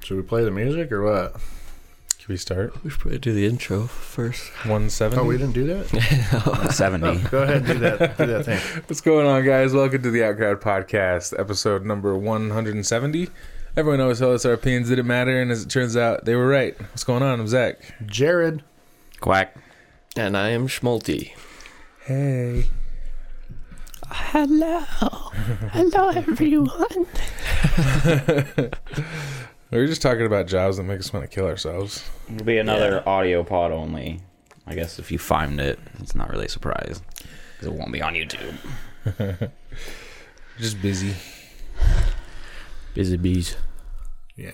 Should we play the music or what? Can we start? We should probably do the intro first. 170? Oh, we didn't do that. Oh, seventy. Go ahead, and do that. Do that thing. What's going on, guys? Welcome to the Out Crowd Podcast, episode number 170. Everyone always tells us our opinions didn't matter, and as it turns out, they were right. What's going on? I'm Zach. Jared, Quack. And I am Schmalti. Hey. Hello. Hello, everyone. We were just talking about jobs that make us want to kill ourselves. It'll be another audio pod only. I guess if you find it, it's not really a surprise because it won't be on YouTube. Just busy. Busy bees. yeah,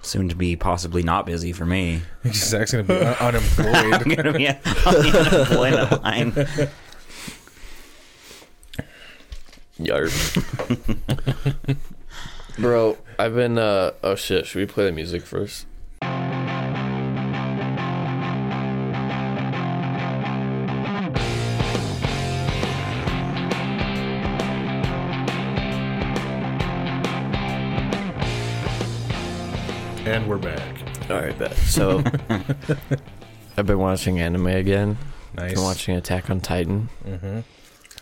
Soon to be possibly not busy for me. Zach's going to be un- unemployed. I'm gonna be I'll be unemployed at line. Yarp. Bro, I've been, uh, oh shit, should we play the music first? and we're back. Alright, bet. So, I've been watching anime again. Nice. I've been watching Attack on Titan. Mm-hmm.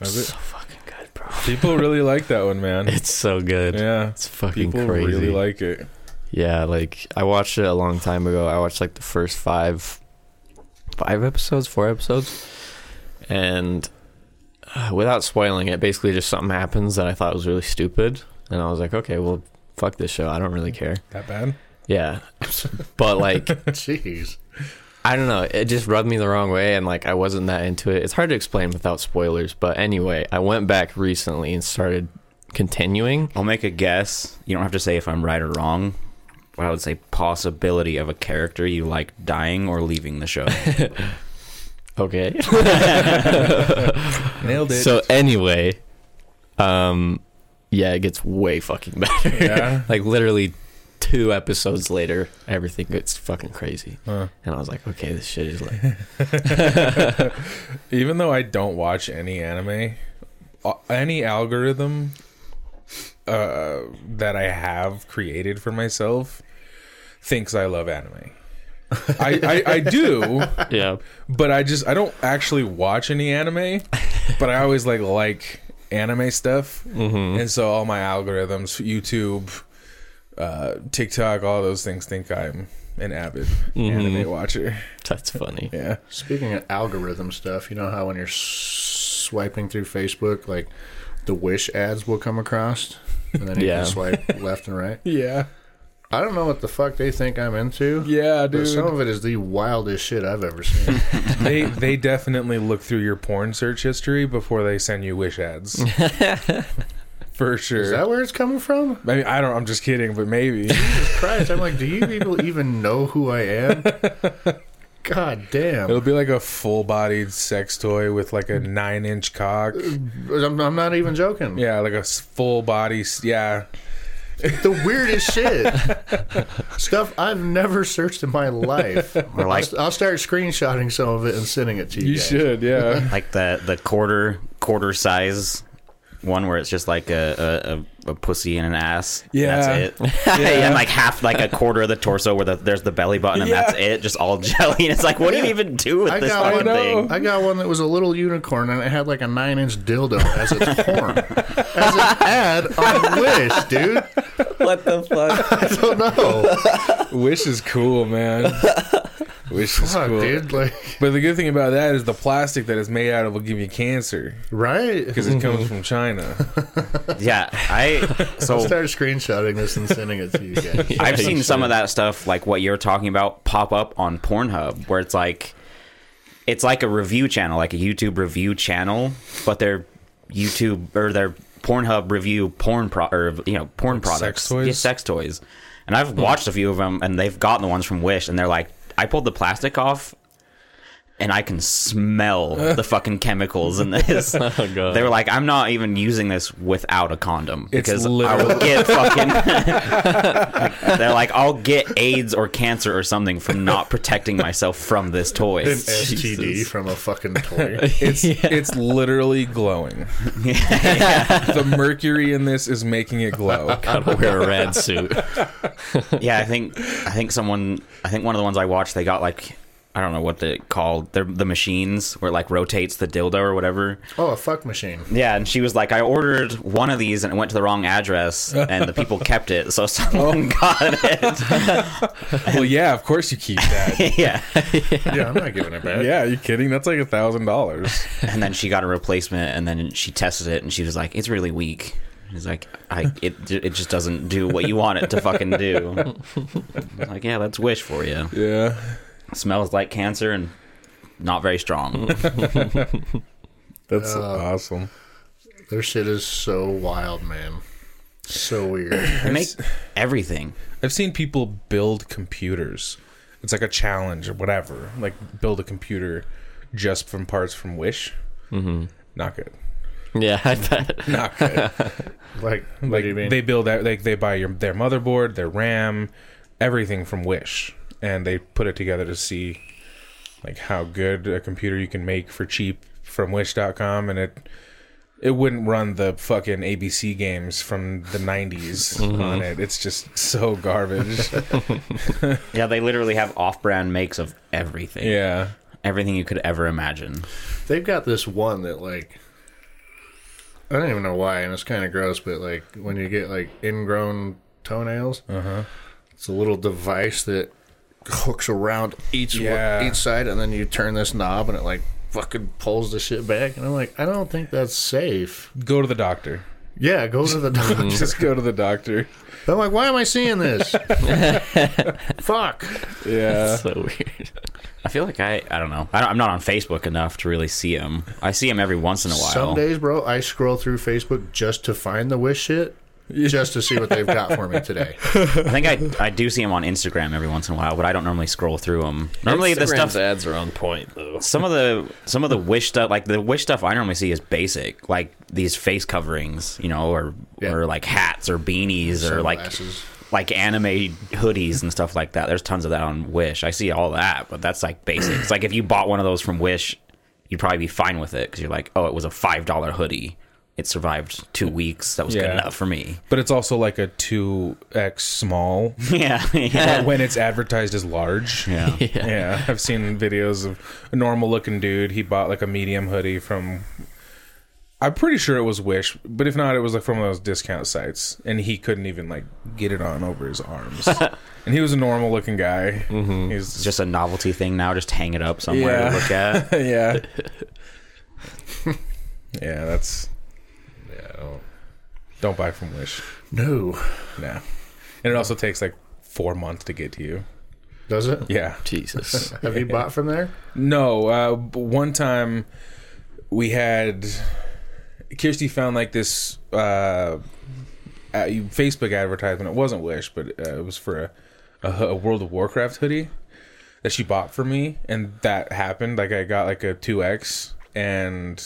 So fucking good, bro. People really like that one, man. It's so good. Yeah. It's fucking People crazy. really like it. Yeah, like I watched it a long time ago. I watched like the first five, five episodes, four episodes, and uh, without spoiling it, basically just something happens that I thought was really stupid, and I was like, okay, well, fuck this show. I don't really care. That bad? Yeah, but like Jeez, I don't know, it just rubbed me the wrong way, and like I wasn't that into it. It's hard to explain without spoilers, but anyway, I went back recently and started continuing. I'll make a guess. You don't have to say if I'm right or wrong. But I would say possibility of a character you like dying or leaving the show. Okay. Nailed it. So anyway, um, yeah, it gets way fucking better. Yeah? like literally two episodes later, everything gets fucking crazy, Huh. and I was like, okay, this shit is like, Even though I don't watch any anime, uh, any algorithm uh, that I have created for myself thinks I love anime. I, I, I do, yeah, but I just I don't actually watch any anime. But I always like like anime stuff, and so all my algorithms, YouTube, uh, TikTok, all those things think I'm an avid anime watcher. Mm-hmm. that's funny. Yeah, Speaking of algorithm stuff, you know how when you're s- swiping through Facebook, like the wish ads will come across, and then you Yeah. can swipe left and right. yeah, I don't know what the fuck they think I'm into. yeah, But dude. some of it is the wildest shit I've ever seen. they they definitely look through your porn search history before they send you wish ads. For Is sure. that where it's coming from? I mean, I don't. I'm just kidding, but maybe. Christ, I'm like, do you people even know who I am? God damn. It'll be like a full-bodied sex toy with like a nine-inch cock. I'm, I'm not even joking. Yeah, like a s- full body. s- Yeah, The weirdest shit. Stuff I've never searched in my life. Or like I'll, I'll start screenshotting some of it and sending it to you. you guys. should. Yeah, like the the quarter quarter size one where it's just like a a, a, a pussy and an ass. Yeah. that's it. and like half like a quarter of the torso where the, there's the belly button and Yeah. that's it. Just all jelly. And it's like, what do you even do with I this got fucking one. I know. thing? I got one that was a little unicorn and it had like a nine inch dildo as its horn. as an ad on Wish, dude. What the fuck? I don't know. Wish is cool, man. Wish is Fuck, cool. dude. Like, But the good thing about that is the plastic that it's made out of will give you cancer right? because it comes from China. yeah, I I'll so start screenshotting this and sending it to you guys. I've seen some of that stuff, like what you're talking about, pop up on Pornhub, where it's like, it's like a review channel, like a YouTube review channel, but they're YouTube or they're Pornhub review porn pro or you know porn products, toys? Yeah, sex toys. And I've watched a few of them, and they've gotten the ones from Wish, and they're like, I pulled the plastic off. and I can smell the fucking chemicals in this. Oh, God. They were like, I'm not even using this without a condom It's because I literally- will get fucking. they're like, I'll get AIDS or cancer or something from not protecting myself from this toy. An STD from a fucking toy. It's it's literally glowing. the mercury in this is making it glow. gotta wear a red suit. yeah, I think I think someone I think one of the ones I watched they got like I don't know what they called they're the machines where it like rotates the dildo or whatever. Oh, a fuck machine. Yeah, and she was like, I ordered one of these and it went to the wrong address and the people kept it, so someone got it. Well, yeah, of course you keep that. yeah. Yeah, I'm not giving it back. Yeah, are you kidding? That's like a thousand dollars. And then she got a replacement and then she tested it and she was like, It's really weak. He's like, I it it just doesn't do what you want it to fucking do. I was like, yeah, that's wish for you. Yeah. Smells like cancer and not very strong. That's awesome. Their shit is so wild, man. So weird. They make everything. I've seen people build computers. It's like a challenge or whatever. Like build a computer just from parts from Wish. Mm-hmm. Not good. Yeah, I bet. Not good. Like, what like do you mean? they build that. Like they buy your their motherboard, their RAM, everything from Wish, and they put it together to see like how good a computer you can make for cheap from Wish.com, and it it wouldn't run the fucking ABC games from the '90s Mm-hmm. on it. It's just so garbage. Yeah, they literally have off-brand makes of everything. yeah. Everything you could ever imagine. They've got this one that like I don't even know why, and it's kind of gross, but like when you get like ingrown toenails, Uh-huh. it's a little device that hooks around each one- Yeah. each side, and then you turn this knob, and it like fucking pulls the shit back. And I'm like, I don't think that's safe. Go to the doctor. Yeah, go to the doctor. Just go to the doctor. I'm like, why am I seeing this? Fuck. Yeah. so weird. I feel like I, I don't know. I don't, I'm not on Facebook enough to really see them. I see them every once in a while. Some days, bro, I scroll through Facebook just to find the wish shit, just to see what they've got for me today. I think I, I do see them on Instagram every once in a while, but I don't normally scroll through them. Normally, the stuff, ads are on point though. some of the some of the wish stuff, like the wish stuff, I normally see is basic, like these face coverings, you know, or Yeah. or like hats or beanies or like Sunglasses. like anime hoodies and stuff like that. There's tons of that on Wish. I see all that, but that's like basic. It's like if you bought one of those from Wish, you'd probably be fine with it because you're like, oh, it was a five dollar hoodie. It survived two weeks. That was good Yeah. enough for me. But it's also like a 2x small yeah, yeah. when it's advertised as large. Yeah. Yeah, I've seen videos of a normal looking dude. He bought like a medium hoodie from. I'm pretty sure it was Wish, but if not, it was like from one of those discount sites, and he couldn't even like get it on over his arms. and he was a normal looking guy. Mm-hmm. He's Just a novelty thing now. Just hang it up somewhere Yeah. to look at. yeah, yeah. That's Yeah, I don't- don't buy from Wish. No. Nah, and it also takes like four months to get to you. Does it? Yeah, Jesus. Have you bought from there? No, uh, b- one time we had Kirsty found like this uh, uh, you- Facebook advertisement. It wasn't Wish, but uh, it was for a, a, ho- a World of Warcraft hoodie that she bought for me, and that happened. Like I got like a two X, and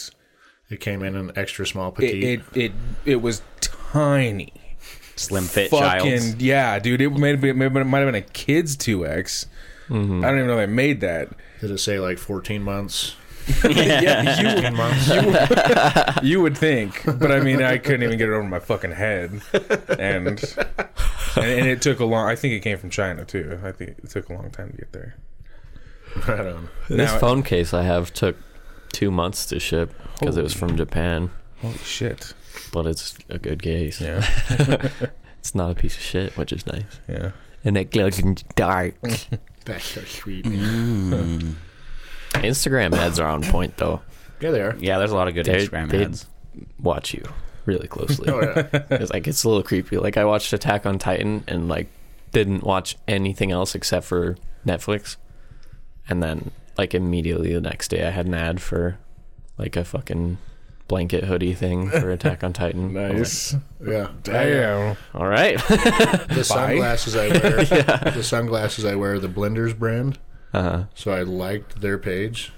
It came in an extra small it petite. it it, it was tiny. Slim fit Fucking child. yeah, dude! It might have been, it might have been a kid's two X. Mm-hmm. I don't even know they made that. Did it say like 14 months? yeah, you 15 months? You would think, but I mean, I couldn't even get it over my fucking head, and and, and it took a long. I think it came from China too. I think it took a long time to get there. I don't know. this Now- phone case I have took two months to ship because it was from Japan, Holy shit! but it's a good case. Yeah, It's not a piece of shit, which is nice. yeah. And it glows in the dark. That's so sweet. Mm-hmm. man. Mm. Instagram ads are on point though. Yeah, they are. Yeah, there's a lot of good They're- Instagram they- ads. Watch you really closely. Oh, yeah. It's like it's a little creepy. Like I watched Attack on Titan and like didn't watch anything else except for Netflix. And then like immediately the next day I had an ad for like a fucking blanket hoodie thing for Attack on Titan. I was Yeah. Damn. like, All right. The sunglasses I wear, the sunglasses I wear, the Blenders brand. Uh-huh. So I liked their page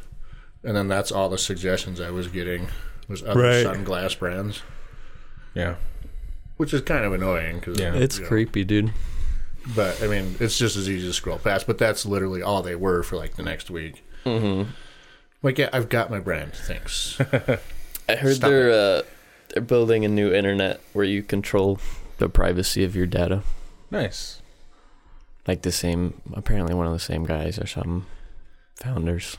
and then that's all the suggestions I was getting was other Right. sunglass brands, Yeah. which is kind of annoying because Yeah. It's creepy, dude. But I mean, it's just as easy to scroll past. But that's literally all they were for like the next week. Mm-hmm. Like, yeah, I've got my brand. Thanks. I heard Stop they're uh, they're building a new internet where you control the privacy of your data. Nice. Like the same, apparently one of the same guys or some founders.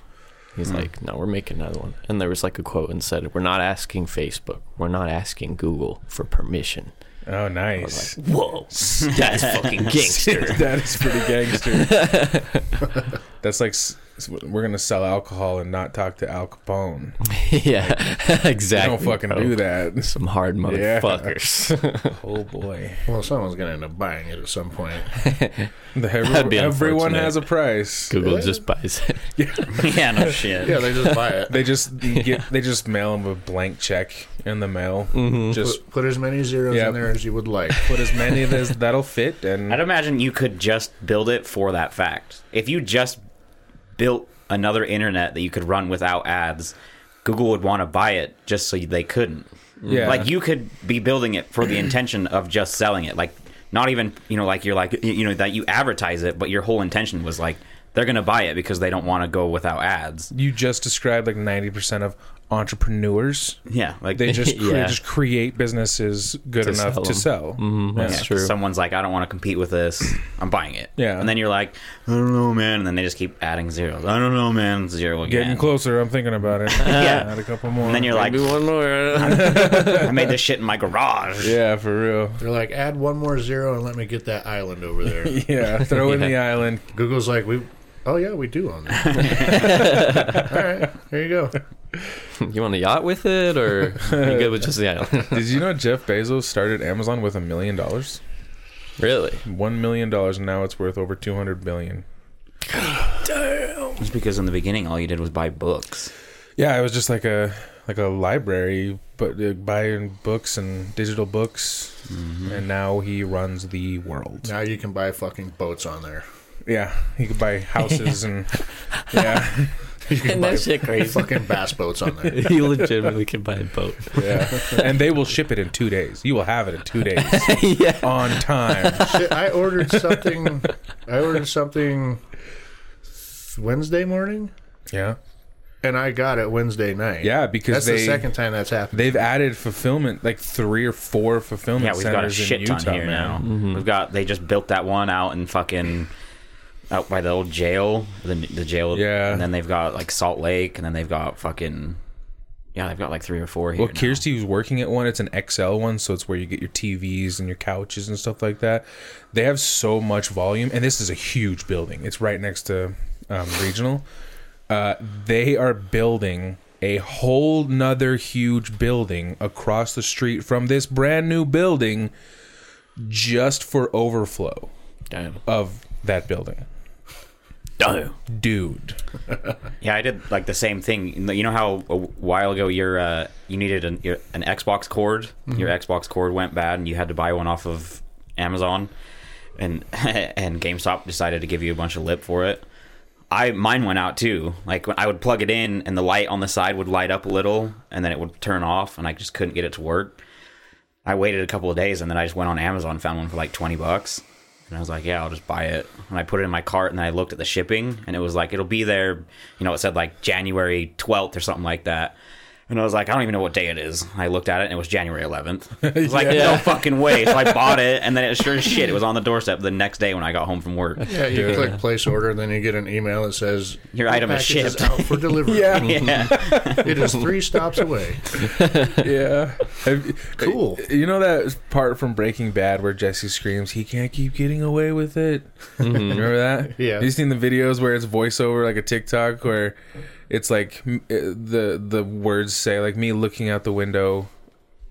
He's like, no, we're making another one. And there was like a quote and said, "We're not asking Facebook, we're not asking Google for permission." Oh, I was nice. like, whoa, that's fucking gangster. that is pretty gangster. That's like s- s- we're gonna sell alcohol and not talk to Al Capone. yeah, They exactly. don't fucking bro. do that. Some hard Yeah. motherfuckers. Oh boy. well, someone's gonna end up buying it at some point. The- That'd be everyone unfortunate. has a price. Google just buys it. yeah, no shit. Yeah, they just buy it. They just get, they just mail them a blank check in the mail. Mm-hmm. Just put, put as many zeros Yeah. in there as you would like. put as many of this that'll fit, and I'd imagine you could just build it for that fact. If you just built another internet that you could run without ads, Google would want to buy it just so they couldn't. Yeah. Like you could be building it for the intention of just selling it. Like not even, you know, like you're like you know that you advertise it, but your whole intention was like they're going to buy it because they don't want to go without ads. you just described like ninety percent of entrepreneurs. Yeah, like They just cre- Yeah. just create businesses good To enough sell to 'em. sell. Mm-hmm. Yeah, That's true. Someone's like, I don't want to compete with this. I'm buying it. Yeah. And then you're like, I don't know, man. And then they just keep adding zeros. I don't know, man. Zero again. Getting closer. I'm thinking about it. Yeah. Add a couple more. And then you're like, Maybe one more. I made this shit in my garage. yeah, for real. They're like, add one more zero and let me get that island over there. Yeah, throw in Yeah. the island. Google's like, we, oh yeah, we do on that. All right, here you go. You want a yacht with it, or you good with just the island? Did you know Jeff Bezos started Amazon with a million dollars? really? One million dollars, and now it's worth over two hundred billion. It's because in the beginning, all you did was buy books. Yeah, it was just like a like a library, but uh, buying books and digital books, Mm-hmm. and now he runs the world. Now you can buy fucking boats on there. Yeah, he could buy houses and yeah, You can Isn't buy that shit crazy? fucking bass boats on there. he legitimately can buy a boat. yeah, and they will ship it in two days. You will have it in two days yeah. on time. Shit, I ordered something. I ordered something Wednesday morning, Yeah, and I got it Wednesday night. yeah, because that's they the second time that's happened. they've added fulfillment like three or four fulfillment Yeah, we've got a centers in shit Utah ton here man. Mm-hmm. now. We've got they just built that one out in fucking out by the old jail, the the jail. Yeah. And then they've got like Salt Lake, and then they've got fucking yeah, they've got like three or four here. Well, now. Kirsty was working at one. It's an XL one, so it's where you get your TVs and your couches and stuff like that. They have so much volume, and this is a huge building. It's right next to um, Regional. Uh, they are building a whole nother huge building across the street from this brand new building just for overflow Damn. of that building. Damn. Dude. Yeah, I did like the same thing. You know how a while ago your uh, you needed an, your, an Xbox cord, your Xbox cord went bad, and you had to buy one off of Amazon, and and GameStop decided to give you a bunch of lip for it. I mine went out too. Like when I would plug it in, and the light on the side would light up a little, and then it would turn off, and I just couldn't get it to work. I waited a couple of days, and then I just went on Amazon, found one for like twenty bucks, and I was like, "Yeah, I'll just buy it." And I put it in my cart, and then I looked at the shipping, and it was like, "It'll be there," you know, it said like January twelfth or something like that. And I was like, I don't even know what day it is. And I looked at it and it was January 11th. I was like, no fucking way. So I bought it and then it sure as shit, it was on the doorstep the next day when I got home from work. yeah, you click place order, and then you get an email that says Your item is package shipped." out for delivery. Yeah. it is three stops away. yeah. Have- Cool. You know that part from Breaking Bad where Jesse screams, "He can't keep getting away with it." Remember that? Yeah. You seen the videos where it's voiceover, like a TikTok, where it's like m- uh, the the words say like me looking out the window,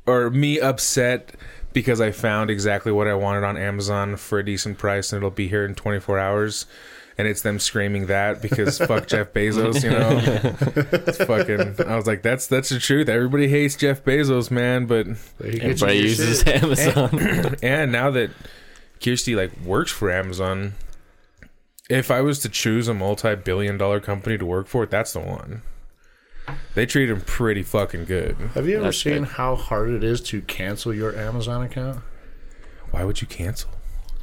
or me upset because I found exactly what I wanted on Amazon for a decent price and it'll be here in 24 hours. And it's them screaming that because fuck Jeff Bezos, you know. It's fucking. I was like, that's that's the truth. Everybody hates Jeff Bezos, man. But They get you Everybody your uses shit. Amazon. and now that Kirsty like works for Amazon, if I was to choose a multi-billion dollar company to work for, that's the one. They treat him pretty fucking good. Have you ever That's seen good. how hard it is to cancel your Amazon account? Why would you cancel?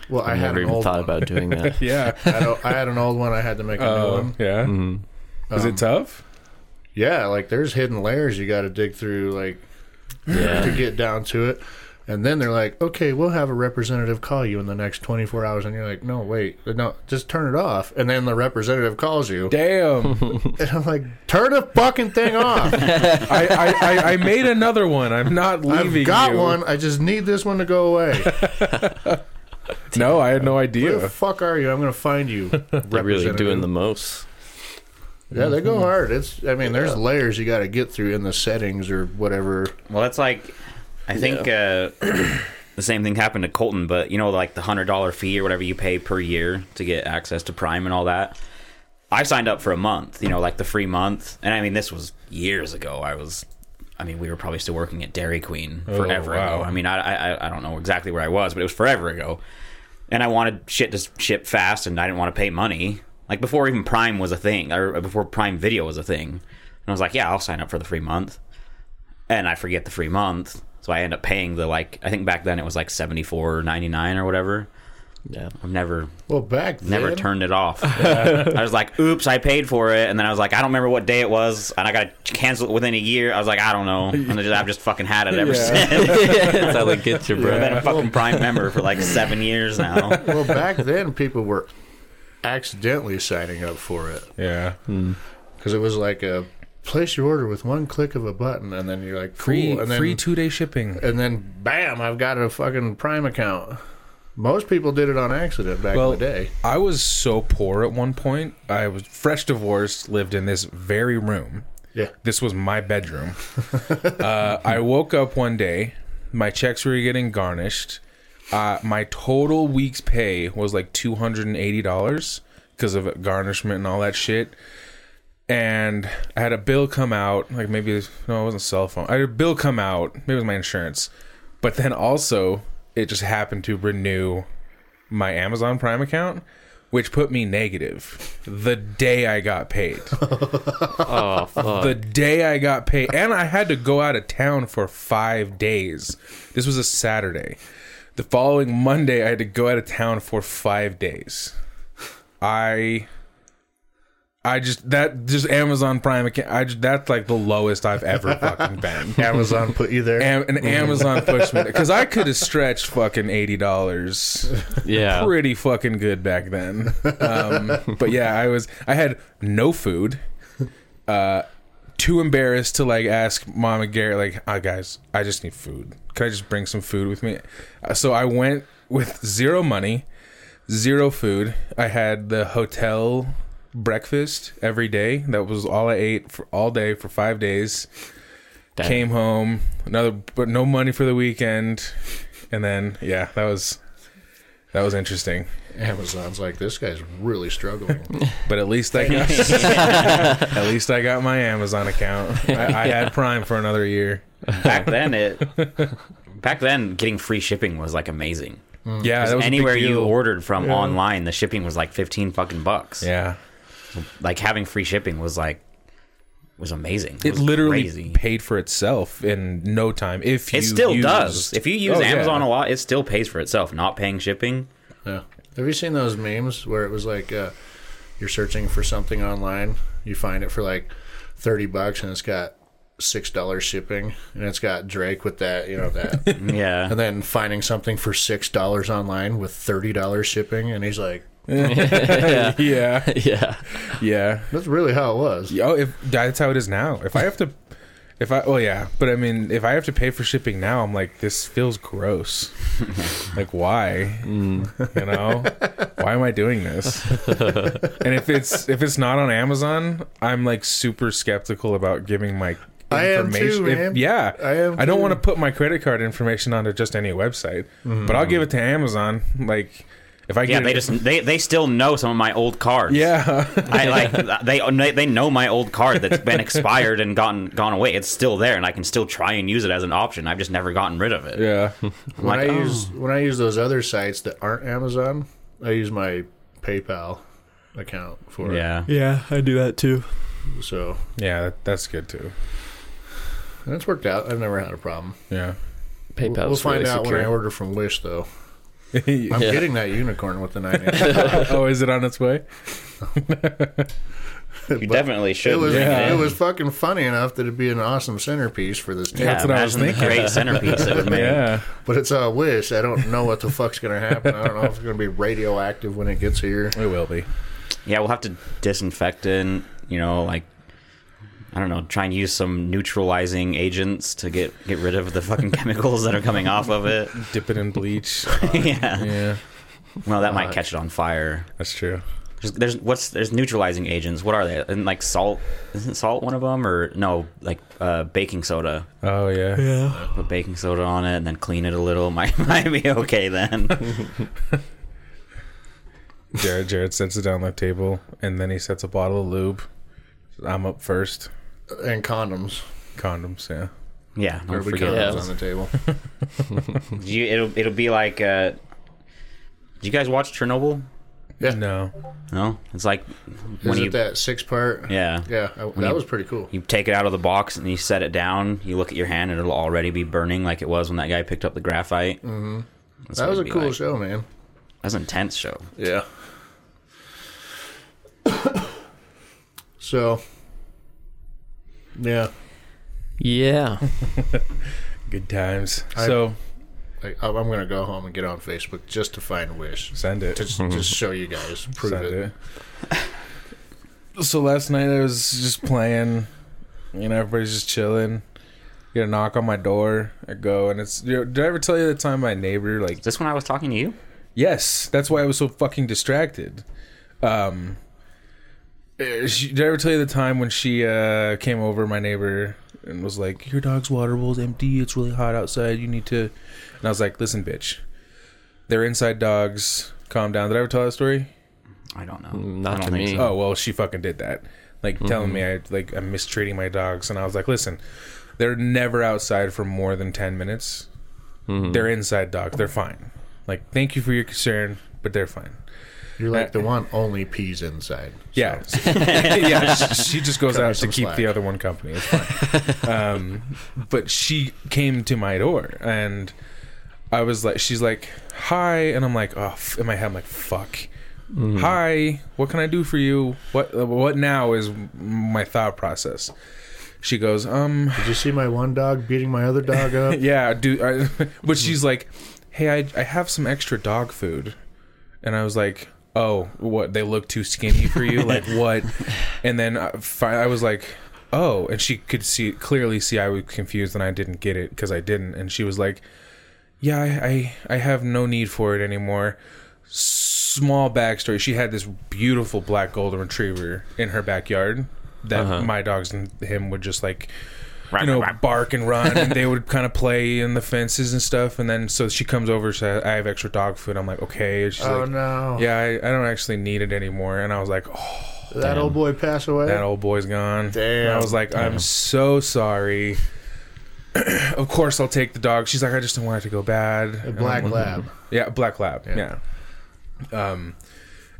Well, I, I had never an even old thought one. about doing that. Yeah. I, had a- I had an old one. I had to make a new Oh, one. yeah. Mm-hmm. Is it tough? Yeah, like there's hidden layers you got to dig through, like to Yeah. get down to it. And then they're like, "Okay, we'll have a representative call you in the next 24 hours." And you're like, "No, wait, no, just turn it off." And then the representative calls you, Damn. and I'm like, "Turn the fucking thing off! I, I, I, I made another one. I'm not leaving. I've got you. one. I just need this one to go away. No, I had no Where the idea. fuck are you? I'm gonna find you." They're really representative. doing the Mm-hmm. most. Yeah, they go hard. It's I mean, there's layers you got to get through in the settings or whatever. Well, that's like, I think uh, the same thing happened to Colton, but you know, like the hundred dollar fee or whatever you pay per year to get access to Prime and all that. I signed up for a month, you know, like the free month, and I mean, this was years ago. I was, I mean, we were probably still working at Dairy Queen forever wow. ago. I mean, I, I I don't know exactly where I was, but it was forever ago. And I wanted shit to ship fast, and I didn't want to pay money. Like before even Prime was a thing, or before Prime Video was a thing, and I was like, yeah, I'll sign up for the free month and I forget the free month. So I end up paying the like I think back then it was like seventy four ninety nine or whatever. Yeah. I've never Well, back then, never turned it off. I was like, oops, I paid for it, and then I was like, I don't remember what day it was, and I got to cancel it within a year. I was like, I don't know, and I just, I've just fucking had it ever Yeah. since. That's how they get you, I've bro. been a fucking Prime member for like seven years now. Well, back then people were accidentally signing up for it Yeah. because it was like a place your order with one click of a button, and then you're like cool, Free and then free two day shipping. and then bam, I've got a fucking Prime account. Most people did it on accident back Well, in the day. I was so poor at one point. I was fresh divorced, lived in this very room. Yeah, This was my bedroom. uh, I woke up one day. My checks were getting garnished. Uh, my total week's pay was like two hundred and eighty dollars because of garnishment and all that shit. And I had a bill come out, like maybe no, it wasn't cell phone. I had a bill come out, maybe it was my insurance, but then also it just happened to renew my Amazon Prime account, which put me negative the day I got paid Oh, fuck. the day I got paid, and I had to go out of town for five days. This was a Saturday. The following Monday, I had to go out of town for five days. I, I just that just Amazon Prime account. I just, that's like the lowest I've ever fucking been. Amazon put you there. Am, an Amazon push me because I could have stretched fucking eighty dollars Yeah. pretty fucking good back then. Um, but yeah, I was I had no food. Uh, too embarrassed to like ask mom and Garrett like, ah guys, I just need food. Can I just bring some food with me?" Uh, So I went with zero money, zero food. I had the hotel breakfast every day. That was all I ate for all day for 5 days. Damn. Came home, another but no money for the weekend. And then yeah, that was that was interesting. Amazon's like this guy's really struggling. But at least I got at least I got my Amazon account. I, I had Prime for another year. Back then it, back then getting free shipping was like amazing. Yeah, that was a big Anywhere you deal. ordered from online, the shipping was like fifteen fucking bucks. Yeah, like having free shipping was like was amazing. it was literally crazy. paid for itself in no time. If you It still used- does. If you use Oh, yeah. Amazon a lot, it still pays for itself. Not paying shipping. Yeah. Have you seen those memes where it was like uh, you're searching for something online, you find it for like thirty bucks, and it's got six dollars shipping, and it's got Drake with that, you know that, Yeah, and then finding something for six dollars online with thirty dollars shipping, and he's like, yeah. yeah, Yeah. yeah. "That's really how it was." Oh, if that's how it is now. If I have to, if I well, yeah. But I mean, if I have to pay for shipping now, I'm like, this feels gross. like, why? Mm. You know, why am I doing this? and if it's if it's not on Amazon, I'm like super skeptical about giving my. I am too, information- if- man. yeah, I am I don't too. want to put my credit card information onto just any website, but I'll give it to Amazon. Like, if I Mm-hmm. yeah. get They it- just they, they still know some of my old cards. yeah, I like they they know my old card that's been expired and gotten gone away. It's still there, and I can still try and use it as an option. I've just never gotten rid of it. yeah. I'm when like, I oh. use when I use those other sites that aren't Amazon, I use my PayPal account for it. yeah. Yeah, I do that too. So Yeah, that, that's good too. and it's worked out. I've never had a problem. Yeah. We'll, PayPal's we'll find really out when I secure. order from Wish, though. oh, I'm Yeah. getting that unicorn with the nine. inch. is it on its way? You definitely should. it was Yeah. it was fucking funny enough that it'd be an awesome centerpiece for this table. Yeah, That's what I was imagine the great centerpiece it would make. Yeah. But it's a wish. I don't know what the fuck's gonna happen. I don't know if it's gonna be radioactive when it gets here. It will be. Yeah, we'll have to disinfect it. You know, like I don't know, try and use some neutralizing agents to get get rid of the fucking chemicals that are coming off of it. Dip it in bleach. yeah. yeah. Well, that Uh, might catch it on fire. That's true. There's, there's what's there's neutralizing agents. What are they? And like salt, isn't salt one of them? Or no, like uh, baking soda. Oh yeah. Yeah. Put baking soda on it and then clean it a little. Might might be okay then. Jared Jared sits it down on the table and then he sets a bottle of lube. I'm up first. And condoms. Condoms, yeah. Yeah, don't There'll be forget. condoms Yeah. on the table. You, it'll it'll be like. Uh, did you guys watch Chernobyl? Yeah. No. No, it's like when Is you it that six part? yeah Yeah, I, that you- was pretty cool. you take it out of the box and you set it down. You look at your hand and it'll already be burning like it was when that guy picked up the graphite. Mm-hmm. That was a cool show, man. That was an intense show. Yeah. so, yeah, Yeah. Good times. I- so like, I'm I'm gonna go home and get on Facebook just to find Wish send it. to s- just show you guys, prove Send it. it. So last night I was just playing, you know, everybody's just chilling. Get a knock on my door. I go and it's. You know, did I ever tell you the time my neighbor like Is this when I was talking to you? Yes, that's why I was so fucking distracted. Um, eh, she, did I ever tell you the time when she uh, came over, my neighbor, and was like, "Your dog's water bowl's empty. It's really hot outside. You need to." And I was like, "Listen, bitch, they're inside dogs. Calm down." Did I ever tell that story? I don't know. not I don't to think me. So. Oh well, she fucking did that. Like telling me I like I'm mistreating my dogs, and I was like, "Listen, they're never outside for more than ten minutes. They're inside dogs. They're fine. Like, thank you for your concern, but they're fine." You're like the one only pees inside. Yeah, yeah. She, she just goes Cut her out to some keep the slack. other one company. It's fine. um, but she came to my door, and I was like, she's like, "Hi," and I'm like, "Oh," f-, in my head, I'm like, "Fuck." Mm-hmm. Hi, what can I do for you? What what now is my thought process? She goes, um, Did you see my one dog beating my other dog up? yeah, do I, but she's like, "Hey, I I have some extra dog food," and I was like, "Oh, what? They look too skinny for you? like what?" And then I, fi- I was like, "Oh," and she could see clearly see I was confused and I didn't get it because I didn't, and she was like, "Yeah, I, I I have no need for it anymore." Small backstory: She had this beautiful black golden retriever in her backyard that my dogs and him would just like you know, bark and Uh-huh. run, and they would kind of play in the fences and stuff. And then so she comes over, says, "I have extra dog food." I'm like, "Okay." And she's oh like, no! "Yeah, I, I don't actually need it anymore." And I was like, "Oh, that old boy passed away. that old boy's gone." Damn. And I was like, "I'm so sorry." of course, I'll take the dog. She's like, "I just don't want it to go bad." A And I'm black like, lab. yeah, Black Lab. Yeah. Yeah. Um,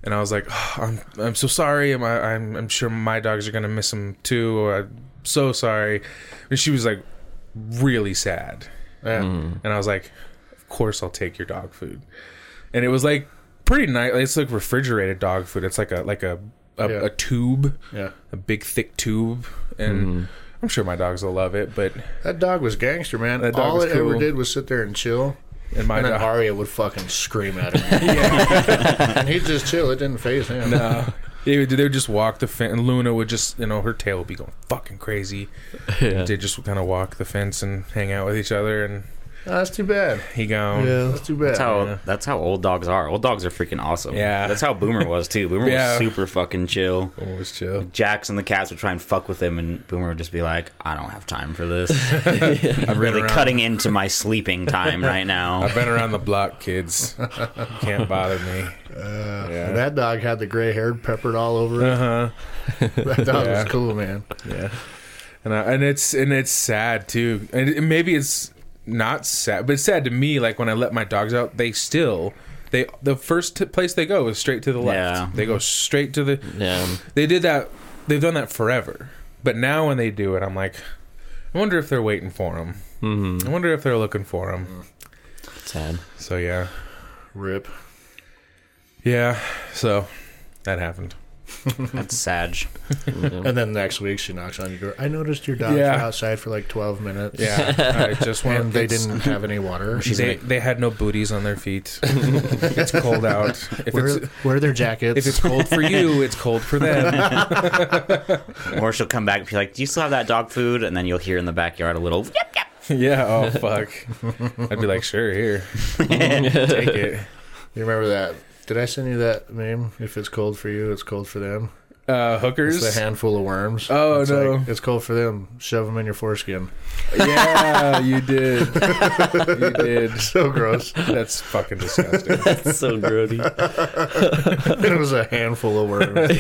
and I was like, "Oh, I'm I'm so sorry. I'm I- I'm I'm sure my dogs are gonna miss him too. I'm so sorry. And she was like, really sad. Yeah. And I was like, of course I'll take your dog food. And it was like pretty nice. It's like refrigerated dog food. It's like a like a a, Yeah. a tube, yeah. a big thick tube, and. Mm-hmm. I'm sure my dogs will love it, but That dog was gangster, man. That dog All was it ever cool. did was sit there and chill. and my and then dog, Aria would fucking scream at him. and he'd just chill. It didn't phase him. Uh, they would, they would just walk the fence, and Luna would just, you know, her tail would be going fucking crazy. Yeah. They just kind of walk the fence and hang out with each other, No, and Oh, that's too bad. he gone. That's too bad. That's how that's how old dogs are. Old dogs are freaking awesome. Yeah. that's how Boomer was too. Boomer Yeah. was super fucking chill. Oh, it was chill. Jax and the cats would try and fuck with him, and Boomer would just be like, "I don't have time for this. I'm really around. cutting into my sleeping time right now." I've been around the block, kids. You Can't bother me. Uh, Yeah. That dog had the gray hair peppered all over Uh it. Uh-huh. huh. That dog Yeah. was cool, man. Yeah. And I, and it's and it's sad too. And it- maybe it's not sad, but it's sad to me. Like when I let my dogs out, they still. They, the first t- place they go is straight to the left. Yeah. They go straight to the Yeah. They did that they've done that forever. But now when they do it, I'm like, I wonder if they're waiting for him. I wonder if they're looking for him. Mm-hmm. Sad. So yeah, Rip. yeah. So that happened. That's sad. And then next week she knocks on your door. I noticed your dogs Yeah. were outside for like 12 minutes. Yeah, I just And want. they it's- didn't have any water. They, they had no booties on their feet. it's cold out. If wear, it's wear their if it's jackets. cold for you, it's cold for them. Or she'll come back and be like, "Do you still have that dog food?" And then you'll hear in the backyard a little. Yep, yep. yeah. Oh fuck. I'd be like, sure, here, take it. You remember that? Did I send you that meme? If it's cold for you, it's cold for them. It's Uh, a hookers. handful of worms. Oh, It's no. like, it's cold for them. Shove them in your foreskin. yeah, you did. You did. So gross. That's fucking disgusting. That's so grody. it was a handful of worms.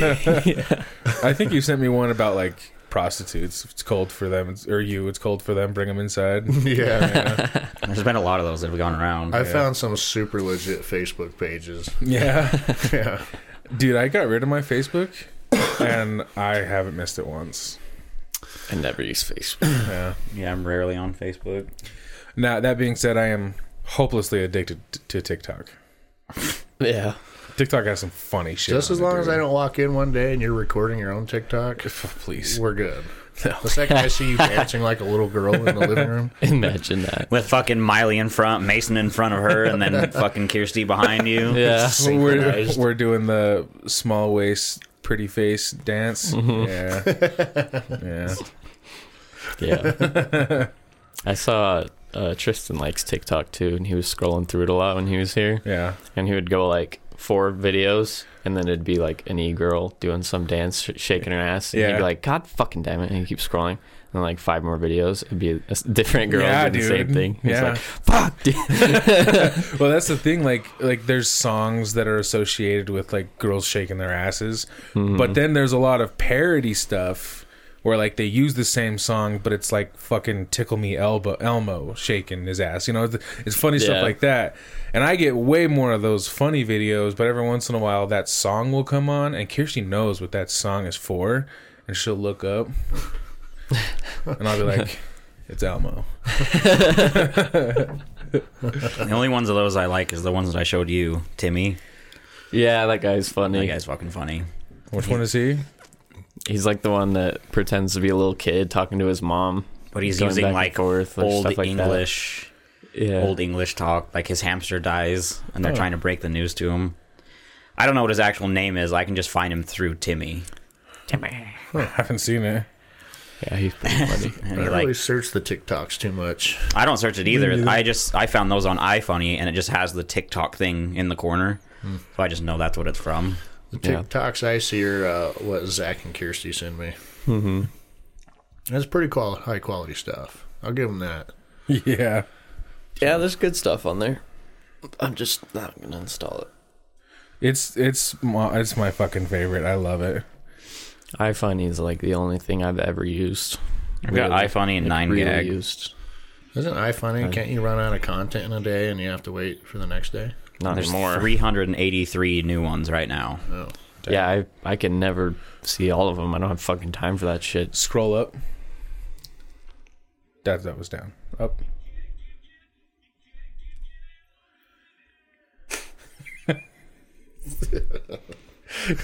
I think you sent me one about like prostitutes. It's cold for them, it's, or you. It's cold for them. Bring them inside. yeah. Yeah. There's been a lot of those that have gone around. I found some super legit Facebook pages. yeah, Yeah. dude. I got rid of my Facebook, and I haven't missed it once. I never use Facebook. Yeah. yeah, I'm rarely on Facebook. Now that being said, I am hopelessly addicted t- to TikTok. yeah. TikTok has some funny shit. Just on as it, long as dude. I don't walk in one day and you're recording your own TikTok, Please. we're good. The second I see you dancing like a little girl in the living room, Imagine that. With fucking Miley in front, Mason in front of her, and then fucking Kirsty behind you. Yeah. We're, synchronized. we're doing the small waist, pretty face dance. Mm-hmm. Yeah. yeah. Yeah. I saw uh, Tristan likes TikTok too, and he was scrolling through it a lot when he was here. Yeah. And he would go like four videos, and then it'd be like an e girl doing some dance, sh- shaking her ass. And he'd Yeah. be like, God fucking damn it. And he'd keep scrolling. And like five more videos, it'd be a s- different girl Yeah, doing the same dude. thing. He's Yeah. like, fuck, dude. Well, that's the thing. Like, like there's songs that are associated with like girls shaking their asses, but then there's a lot of parody stuff where like they use the same song, but it's like fucking tickle me elbow Elmo shaking his ass. You know, it's, it's funny Yeah. stuff like that. And I get way more of those funny videos, but every once in a while that song will come on, and Kirsty knows what that song is for, and she'll look up, and I'll be like, "It's Elmo." The only ones of those I like is the ones that I showed you, Timmy. Yeah, that guy's That funny. guy's fucking funny. Which one is he? He's like the one that pretends to be a little kid talking to his mom. But he's Going back using and like forth or old stuff like that. English, Yeah. old English talk. Like his hamster dies, and Oh. they're trying to break the news to him. I don't know what his actual name is. I can just find him through Timmy. I haven't seen it. Yeah, he's pretty funny. And I he, don't like, really search the TikToks too much. I don't search it either. I just I found those on iFunny, and it just has the TikTok thing in the corner, so I just know that's what it's from. The Yeah. TikToks I see are uh, what Zach and Kirsty send me. Mm-hmm. That's pretty quali- high quality stuff. I'll give them that. Yeah. yeah, there's good stuff on there. I'm just not going to install it. It's it's my, it's my fucking favorite. I love it. iFunny is like the only thing I've ever used. I've got Really. iFunny and Like, nine really gag. used. Isn't iFunny? Can't you run out of content in a day and you have to wait for the next day? Not There's anymore. 383 new ones right now. Oh. Yeah, I, I can never see all of them. I don't have fucking time for that shit. Scroll up. That that was down. Up.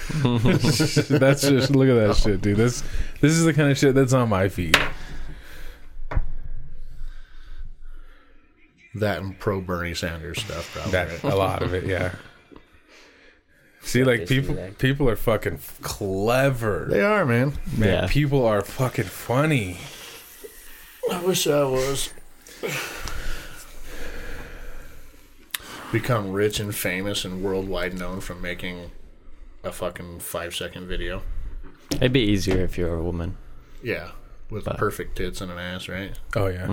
that's just look at that shit, dude. This this is the kind of shit that's on my feed. That and pro Bernie Sanders stuff, probably. That a lot of it, yeah. See, like people people are fucking clever. They are, man. Man, Yeah. people are fucking funny. I wish I was. Become rich and famous and worldwide known from making a fucking five second video. It'd be easier if you're a woman. Yeah. With But- perfect tits and an ass, right? Oh yeah.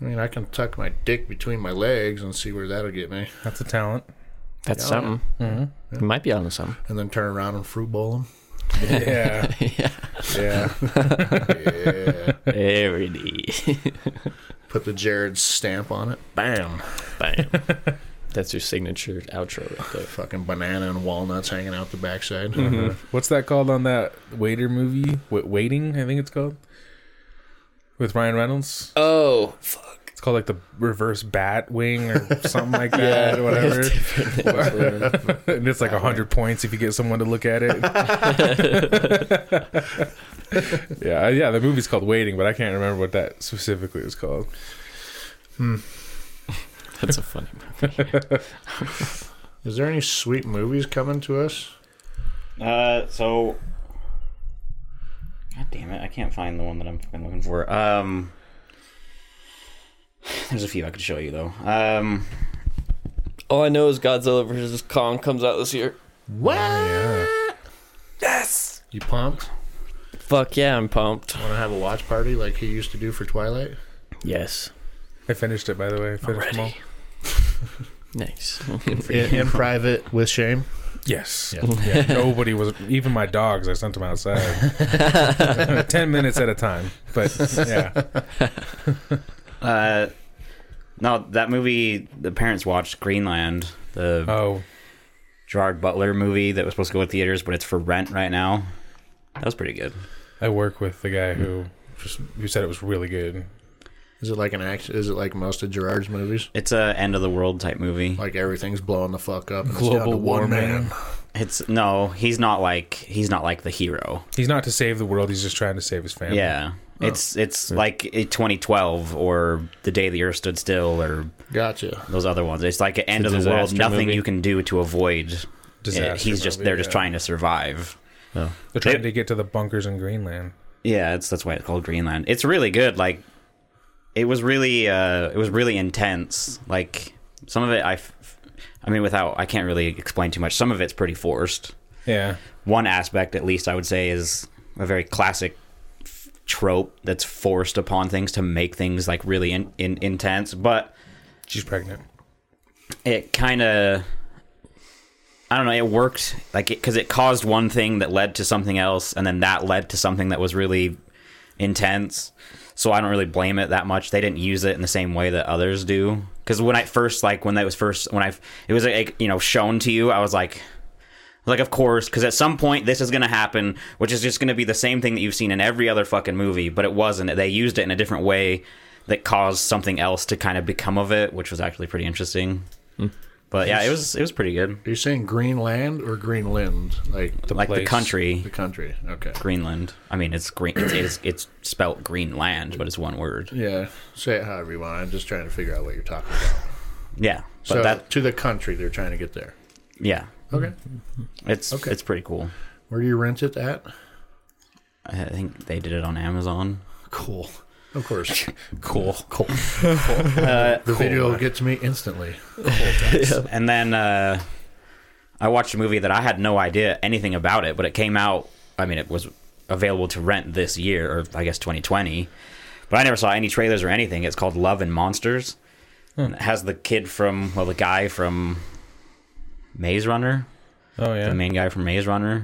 I mean, I can tuck my dick between my legs and see where that'll get me. That's a talent. Mm-hmm. That's Yeah. something. You might be onto something. And then turn around and fruit bowl them. Yeah. yeah. Yeah. Yeah. Very neat. Put the Jared stamp on it. Bam. Bam. That's your signature outro right there. Fucking banana and walnuts hanging out the backside. What's that called on that waiter movie? Wait, Waiting, I think it's called. With Ryan Reynolds. Oh, fuck. It's called like the reverse bat wing or something like that, or whatever. and it's like hundred points if you get someone to look at it. yeah, I- yeah. The movie's called Waiting, but I can't remember what that specifically was called. That's a funny movie. Is there any sweet movies coming to us? Uh, so. God damn it! I can't find the one that I'm fucking looking for. Um, there's a few I could show you though. Um, All I know is Godzilla vs. Kong comes out this year. What? Yes. Oh, You pumped? Fuck yeah, I'm pumped. Want to have a watch party like he used to do for Twilight? Yes. I finished it, by the way. I finished them all. Already. Nice. In, in private with shame. Yes. Yeah. Yeah, nobody was. Even my dogs. I sent them outside. Ten minutes at a time. But yeah. uh, no, that movie the parents watched Greenland, the Oh, Gerard Butler movie that was supposed to go in theaters, but it's for rent right now. That was pretty good. I work with the guy who just who said it was really good. Is it like an act? Is it like most of Gerard's movies? It's a end of the world type movie. Like everything's blowing the fuck up. And it's down to Global one man. warming. It's no, he's not like he's not like the hero. He's not to save the world. He's just trying to save his family. Yeah. It's it's like a 2012 or the day the earth stood still or Gotcha. those other ones. It's like an a end of the world, disaster nothing movie. you can do to avoid. it. Disaster He's just movie, they're just yeah. trying to survive. They're trying to get to the bunkers in Greenland. Yeah, it's that's why it's called Greenland. It's really good. Like it was really uh it was really intense. Like some of it I f- I mean without I can't really explain too much. Some of it's pretty forced. Yeah. one aspect at least I would say is a very classic f- trope that's forced upon things to make things like really in, in, intense but She's pregnant. it kind of I don't know it worked like it cuz it caused one thing that led to something else and then that led to something that was really intense so I don't really blame it that much they didn't use it in the same way that others do cuz when I first like when that was first when I it was like you know shown to you I was like like, of course, because at some point this is going to happen, which is just going to be the same thing that you've seen in every other fucking movie, but it wasn't. They used it in a different way that caused something else to kind of become of it, which was actually pretty interesting. But yeah, it was it was pretty good. Are you saying Greenland or Greenland? Like the, like the place. country, the country. Okay. Greenland. I mean, it's green. It's, it's it's spelt Greenland, but it's one word. Yeah. Say it however you want. I'm just trying to figure out what you're talking about. Yeah, but so that to the country they're trying to get there. yeah, Okay. it's Okay. it's pretty cool. Where do you rent it at? I think they did it on Amazon. Cool. Of course. Cool, cool. The video will get to me instantly. And then uh, I watched a movie that I had no idea anything about it, but it came out. I mean, it was available to rent this year, or I guess 2020. But I never saw any trailers or anything. It's called Love and Monsters. And it has the kid from, well, the guy from Maze Runner, Oh yeah. the main guy from Maze Runner.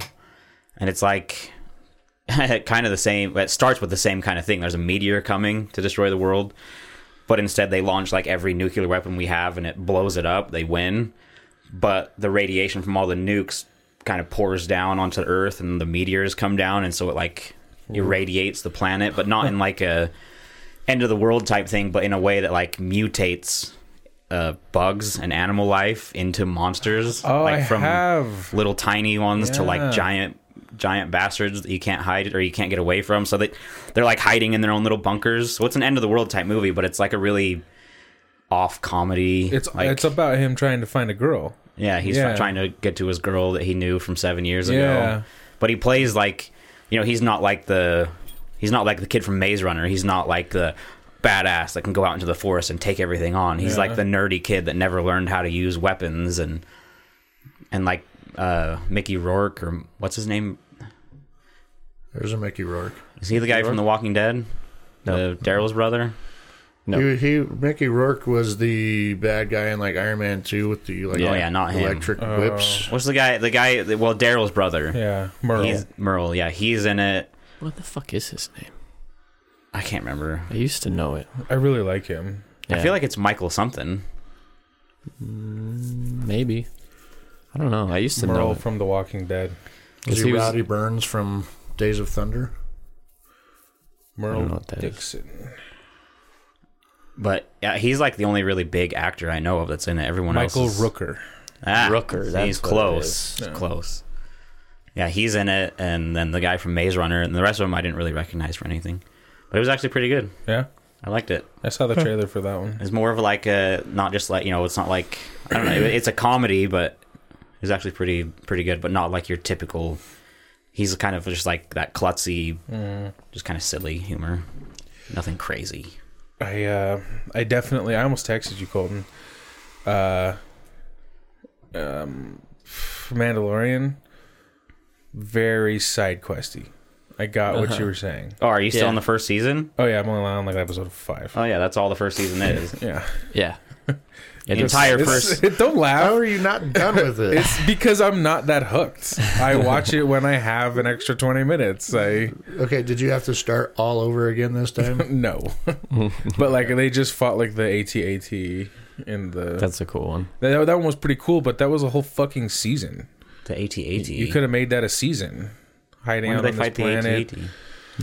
And it's like kind of the same, it starts with the same kind of thing. There's a meteor coming to destroy the world, but instead they launch like every nuclear weapon we have and it blows it up. They win. But the radiation from all the nukes kind of pours down onto the earth and the meteors come down. And so it like irradiates the planet, but not in like a end of the world type thing, but in a way that like mutates. Uh, bugs and animal life into monsters. oh, like I have. little tiny ones to Yeah. like giant giant bastards that you can't hide or you can't get away from so they they're like hiding in their own little bunkers so it's an end of the world type movie but it's like a really off comedy It's like it's about him trying to find a girl. yeah he's yeah. trying to get to his girl that he knew from seven years ago Yeah. but he plays like you know he's not like the he's not like the kid from maze runner he's not like the badass that can go out into the forest and take everything on he's like the nerdy kid that never learned how to use weapons and and like uh mickey rourke or what's his name There's a Mickey Rourke. is he the guy from the walking dead the daryl's brother No. He, he Mickey Rourke was the bad guy in like Iron Man 2 with the like Oh, yeah, not him. electric whips. what's the guy the guy well daryl's brother Yeah. Merle. he's merle yeah he's in it What the fuck is his name? i can't remember I used to know it. I really like him. Yeah. i feel like it's michael something Mm, Maybe. I don't know. I used to know. Merle it. from The Walking Dead. Is 'Cause he, he was- Roddy Burns from Days of Thunder? Merle know what that is. Dixon. But yeah, he's like the only really big actor I know of that's in it. Everyone Michael else, is- Rooker. ah, Rooker, he's that's what it close, is. It's close. Yeah, he's in it, and then the guy from Maze Runner, and the rest of them I didn't really recognize for anything. But it was actually pretty good. Yeah, I liked it. I saw the trailer for that one. It's more of like a not just like you know, it's not like I don't know, it's a comedy, but it's actually pretty pretty good, but not like your typical. He's kind of just like that klutzy, Mm. just kind of silly humor, nothing crazy. I uh, I definitely. I almost texted you, Colton. Uh, um, Mandalorian. Very side questy. I got what you were saying. Oh, are you still Yeah. in the first season? Oh yeah, I'm only on like episode five. Oh yeah, that's all the first season is. yeah, Yeah. The entire It's- first. Oh. don't How laugh. are you not done with it? It's because I'm not that hooked. I watch it when I have an extra 20 minutes. I okay, did you have to start all over again this time? no, but like they just fought like the ATAT in the That's a cool one. that, that one was pretty cool, but that was a whole fucking season. The AT-AT. You could have made that a season. Hiding when out did on they this fight the planet,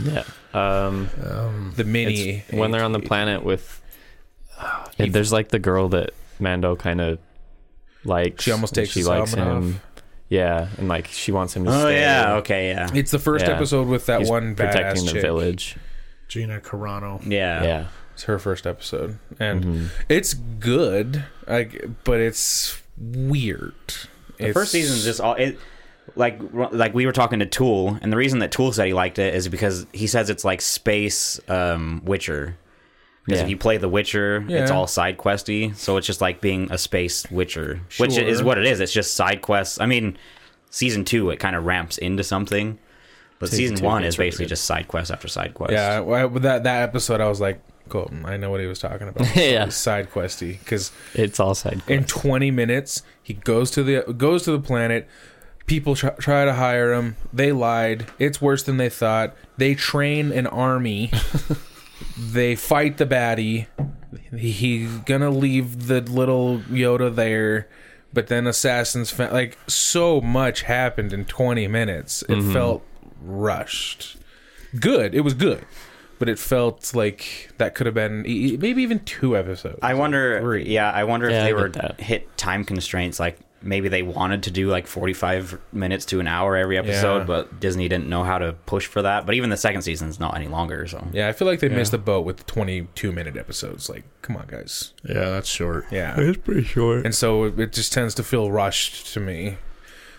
AT-AT? Yeah. Um, the mini. it's when they're on the planet with. Yeah, there's like the girl that Mando kind of likes. She almost and takes his helmet off. Yeah, and like she wants him to Oh stay. yeah, okay, yeah, It's the first Yeah. episode with that He's one protecting badass the chick. village. Gina Carano. yeah, yeah. It's her first episode, and Mm-hmm. it's good. Like, but it's weird. The first season's just all it. Like like we were talking to Tool, and the reason that Tool said he liked it is because he says it's like space um, Witcher. Because Yeah. if you play The Witcher, it's Yeah. all side questy, so it's just like being a space Witcher, which Sure. is what it is. It's just side quests. I mean, season two it kind of ramps into something, but Season season two one gets is really basically good. just side quest after side quest. yeah. well, with that that episode, I was like, Colton, I know what he was talking about. Yeah. It was side questy because It's all side in quests. 20 minutes he goes to the goes to the planet people try, try to hire him they lied it's worse than they thought they train an army they fight the baddie He- he's gonna leave the little yoda there but then assassins fa- like so much happened in 20 minutes it felt rushed good it was good but it felt like that could have been e- e- maybe even two episodes I wonder. Yeah, I wonder Yeah, if I they get were that. hit time constraints. Like maybe they wanted to do like forty-five minutes to an hour every episode, Yeah. but Disney didn't know how to push for that. But even the second season's not any longer. So Yeah, I feel like they missed the boat with 22 minute episodes. Like, come on, guys. Yeah, that's short. Yeah. pretty short. And so it it just tends to feel rushed to me.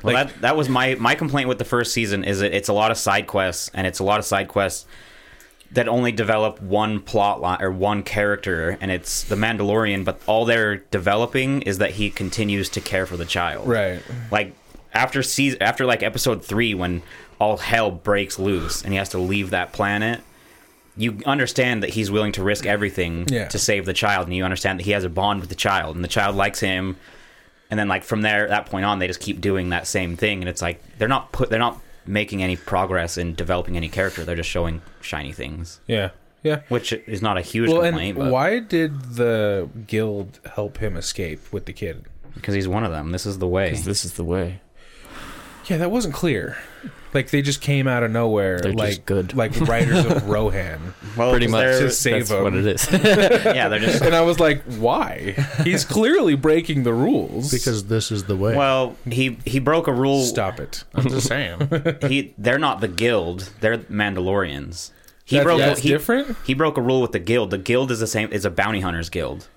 well, like- that that was my my complaint with the first season is that it's a lot of side quests and it's a lot of side quests that only develop one plot line or one character, and it's the Mandalorian. But all they're developing is that he continues to care for the child. Right. like after season after like episode three when all hell breaks loose and he has to leave that planet you understand that he's willing to risk everything Yeah. to save the child and you understand that he has a bond with the child and the child likes him and then like from there that point on they just keep doing that same thing and it's like they're not put they're not making any progress in developing any character they're just showing shiny things Yeah. Yeah. which is not a huge Well, and complaint but why did the guild help him escape with the kid? because he's one of them this is the way This is the way. Yeah, that wasn't clear. Like they just came out of nowhere, They're just like good. like Riders of Rohan, well, Pretty 'cause much. they're- to save That's him. what it is. yeah they're just and I was like, why? He's clearly breaking the rules. Because this is the way. well he he broke a rule stop it. I'm just saying. he they're not the guild they're mandalorians he That- broke that's he, different? he broke a rule with the guild the guild is the same is a bounty hunters guild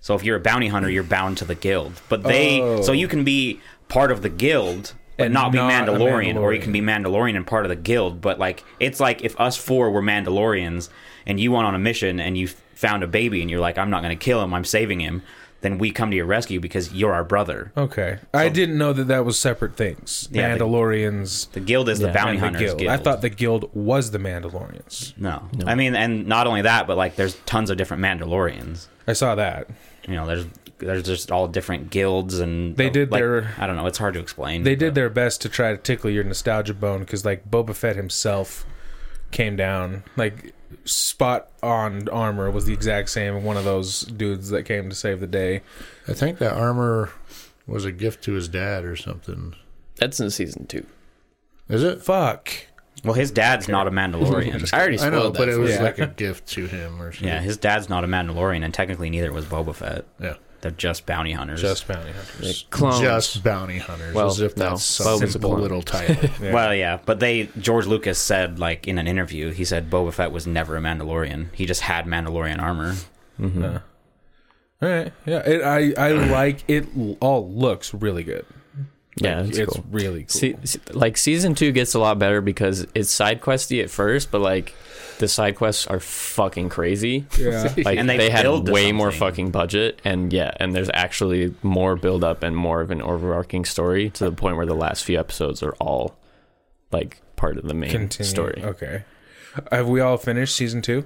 so if you're a bounty hunter you're bound to the guild but they Oh. so you can be part of the guild but And not be not a mandalorian, or you Mandalorian. can be mandalorian and part of the guild but like it's like if us four were mandalorians and you went on a mission and you found a baby and you're like i'm not going to kill him i'm saving him then we come to your rescue because you're our brother Okay, I didn't know that that was separate things. Yeah, the- Mandalorians the guild is the Yeah, bounty and the hunters guild. I thought the guild was the Mandalorians. No. I mean, and not only that, but like there's tons of different Mandalorians. I saw that. You know, there's there's just all different guilds and They did like, their- I don't know, it's hard to explain. They did their best to try to tickle your nostalgia bone because, like, Boba Fett himself came down. Like, spot on armor was the exact same one of those dudes that came to save the day. I think that armor was a gift to his dad or something. That's in season two. Is it? Fuck. Well, his dad's not a Mandalorian. I already I spoiled know, that. but it was Yeah. like a gift to him or something. yeah, his dad's not a Mandalorian, and technically neither was Boba Fett. Yeah. They're just bounty hunters. Just bounty hunters. clones. Just bounty hunters, Well, as if no, that's Boba's some a simple clone. little title. Yeah. Well, yeah, but they George Lucas said like in an interview, he said Boba Fett was never a Mandalorian. He just had Mandalorian armor. Uh, all right. Yeah. It, I I like it. l- All looks really good. Yeah, Like, it's, it's, cool. really cool. See, see- like season two gets a lot better because it's side questy at first, but like the side quests are fucking crazy. yeah. Like And they, they had build to way more something. fucking budget, and yeah, and there's actually more build up and more of an overarching story to the point where the last few episodes are all like part of the main Continue. story. Okay. Have we all finished season two?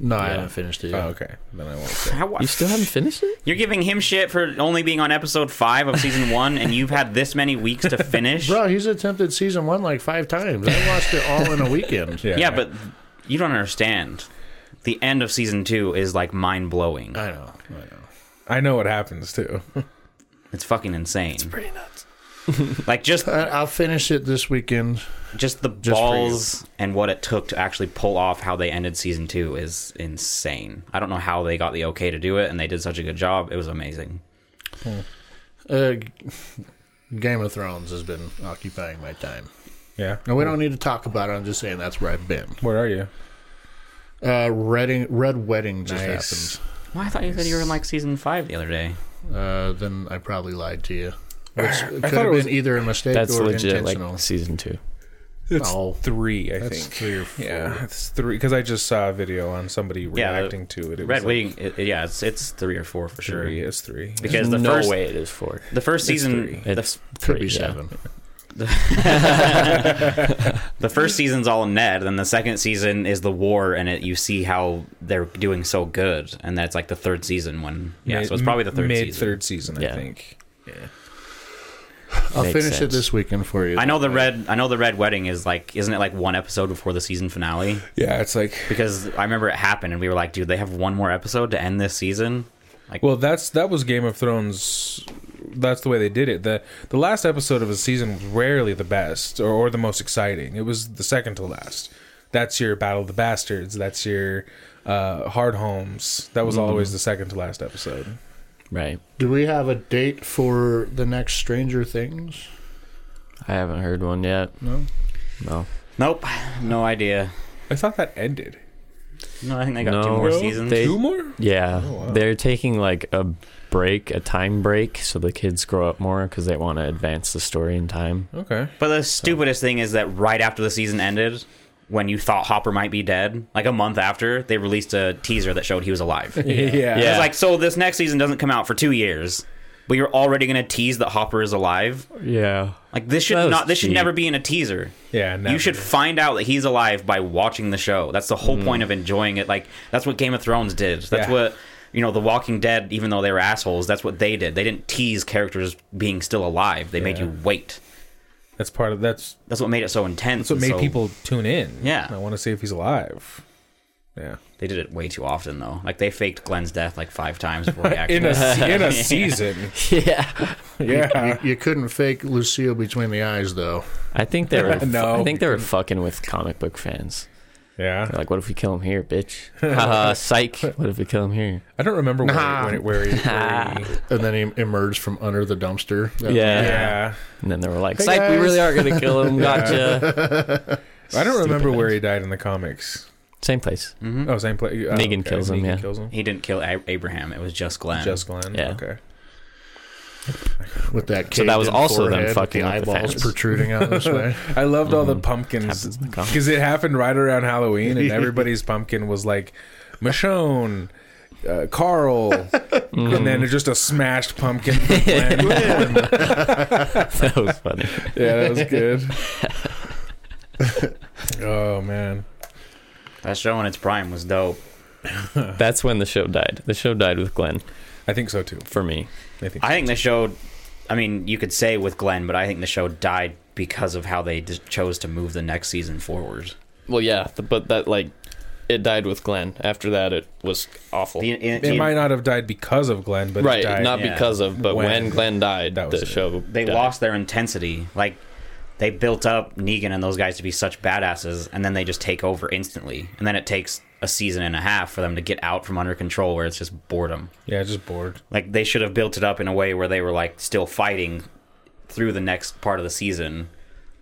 no, I Yeah. haven't finished it yet. Oh, okay. Then I won't. Say. How, You still haven't finished it? You're giving him shit for only being on episode five of season one, and you've had this many weeks to finish. Bro, he's attempted season one like five times. I watched it all in a weekend. yeah, but you don't understand. The end of season two is like mind blowing. I know. I know. I know what happens too. It's fucking insane. It's pretty nuts. like just I- Uh, I'll finish it this weekend. just the for balls and what it took to actually pull off how they ended season two is insane. I don't know how they got the okay to do it, and they did such a good job. It was amazing. Uh, G- Game of Thrones has been occupying my time. Yeah. And we don't need to talk about it. I'm just saying that's where I've been. Where are you? Uh, Redding, Red Wedding just Nice. Well, I thought you said you were in like season five the other day. happened. Uh, then I probably lied to you. Which could have thought been it was- either a mistake That's or legit, intentional. like season two. It's Oh, No. three, I That's think. three or four. Yeah, it's three. Because I just saw a video on somebody reacting to it. it Red was like Wing, it, it- yeah, it's it's three or four for sure. three is three. Because the There's no first way it is four. the first season three. the, It's Could three, be yeah. seven. the first season's all Ned, then the second season is the war, and it you see how they're doing so good, and that's like the third season when yeah, so it's probably the third mid season. third season, I Yeah. think. I'll Makes finish it sense. this weekend for you. I know the red. I know the red wedding is like, isn't it like one episode before the season finale? Yeah, it's like Because I remember it happened, and we were like, dude, they have one more episode to end this season. Like, Well, that's that was Game of Thrones. That's the way they did it. the The last episode of a season was rarely the best or, or the most exciting. It was the second to last. That's your Battle of the Bastards. That's your uh, Hard Homes. That was always the second to last episode. Right. Do we have a date for the next Stranger Things? I haven't heard one yet. No. No. nope, no idea. I thought that ended. No, I think they got two No, more no, seasons. they- Two more? Yeah, Oh, wow. they're taking like a break, a time break, so the kids grow up more because they want to advance the story in time. Okay. But the stupidest thing is that right after the season ended, when you thought Hopper might be dead, like a month after, they released a teaser that showed he was alive. Yeah. It's Yeah. like, so this next season doesn't come out for two years, but you're already going to tease that Hopper is alive. Yeah, Like this should That was not. This should cheap. never be in a teaser. Yeah, You should never. find out that he's alive by watching the show. That's the whole point of enjoying it. Like that's what Game of Thrones did. That's Yeah. what you know. The Walking Dead, even though they were assholes, that's what they did. They didn't tease characters being still alive. They made Yeah. you wait. That's part of that's That's what made it so intense. that's what and made so- people tune in. Yeah. I want to see if he's alive. Yeah. They did it way too often though. Like they faked Glenn's death like five times before he actually. In a se- in a season. yeah. Yeah. You couldn't fake Lucille between the eyes, though. I think they were. No. I think they were fucking with comic book fans. Yeah. They're like, what if we kill him here, bitch? Haha, psych. What if we kill him here? I don't remember where, when it- where, he, where he And then he emerged from under the dumpster. That- Yeah. Yeah. And then they were like, Hey, psych. We guys." really are gonna kill him. Gotcha. I don't remember where he died in the comics. Same place. Oh, same place. Oh, Negan kills him, Negan yeah. kills him. Mm-hmm. He didn't kill A- Abraham. It was just Glenn. Just Glenn. Yeah. Okay. With that So that was caved-in also them forehead with fucking the with the eyeballs fans. protruding out this way. I loved all the Happens pumpkins in the comics. because it happened right around Halloween, and everybody's pumpkin was like Michonne. Uh, Carl, and Mm-hmm. then just a smashed pumpkin. for Glenn. that was funny. yeah, that was good. oh man, That show in its prime was dope. That's when the show died. The show died with Glenn I think so too. for me. I think. I think the show. I mean, you could say with Glenn, but I think the show died because of how they just chose to move the next season forward. Well, yeah, th- but that like it died with Glenn. After that, it was awful. The- in- It in- Oh. might not have died because of Glenn, but right, it died. not yeah. because of, but When. when, Glenn died, That the was it. show they died. lost their intensity. Like they built up Negan and those guys to be such badasses, and then they just take over instantly. And then it takes a season and a half for them to get out from under control, where it's just boredom. yeah, just bored. Like they should have built it up in a way where they were like still fighting through the next part of the season,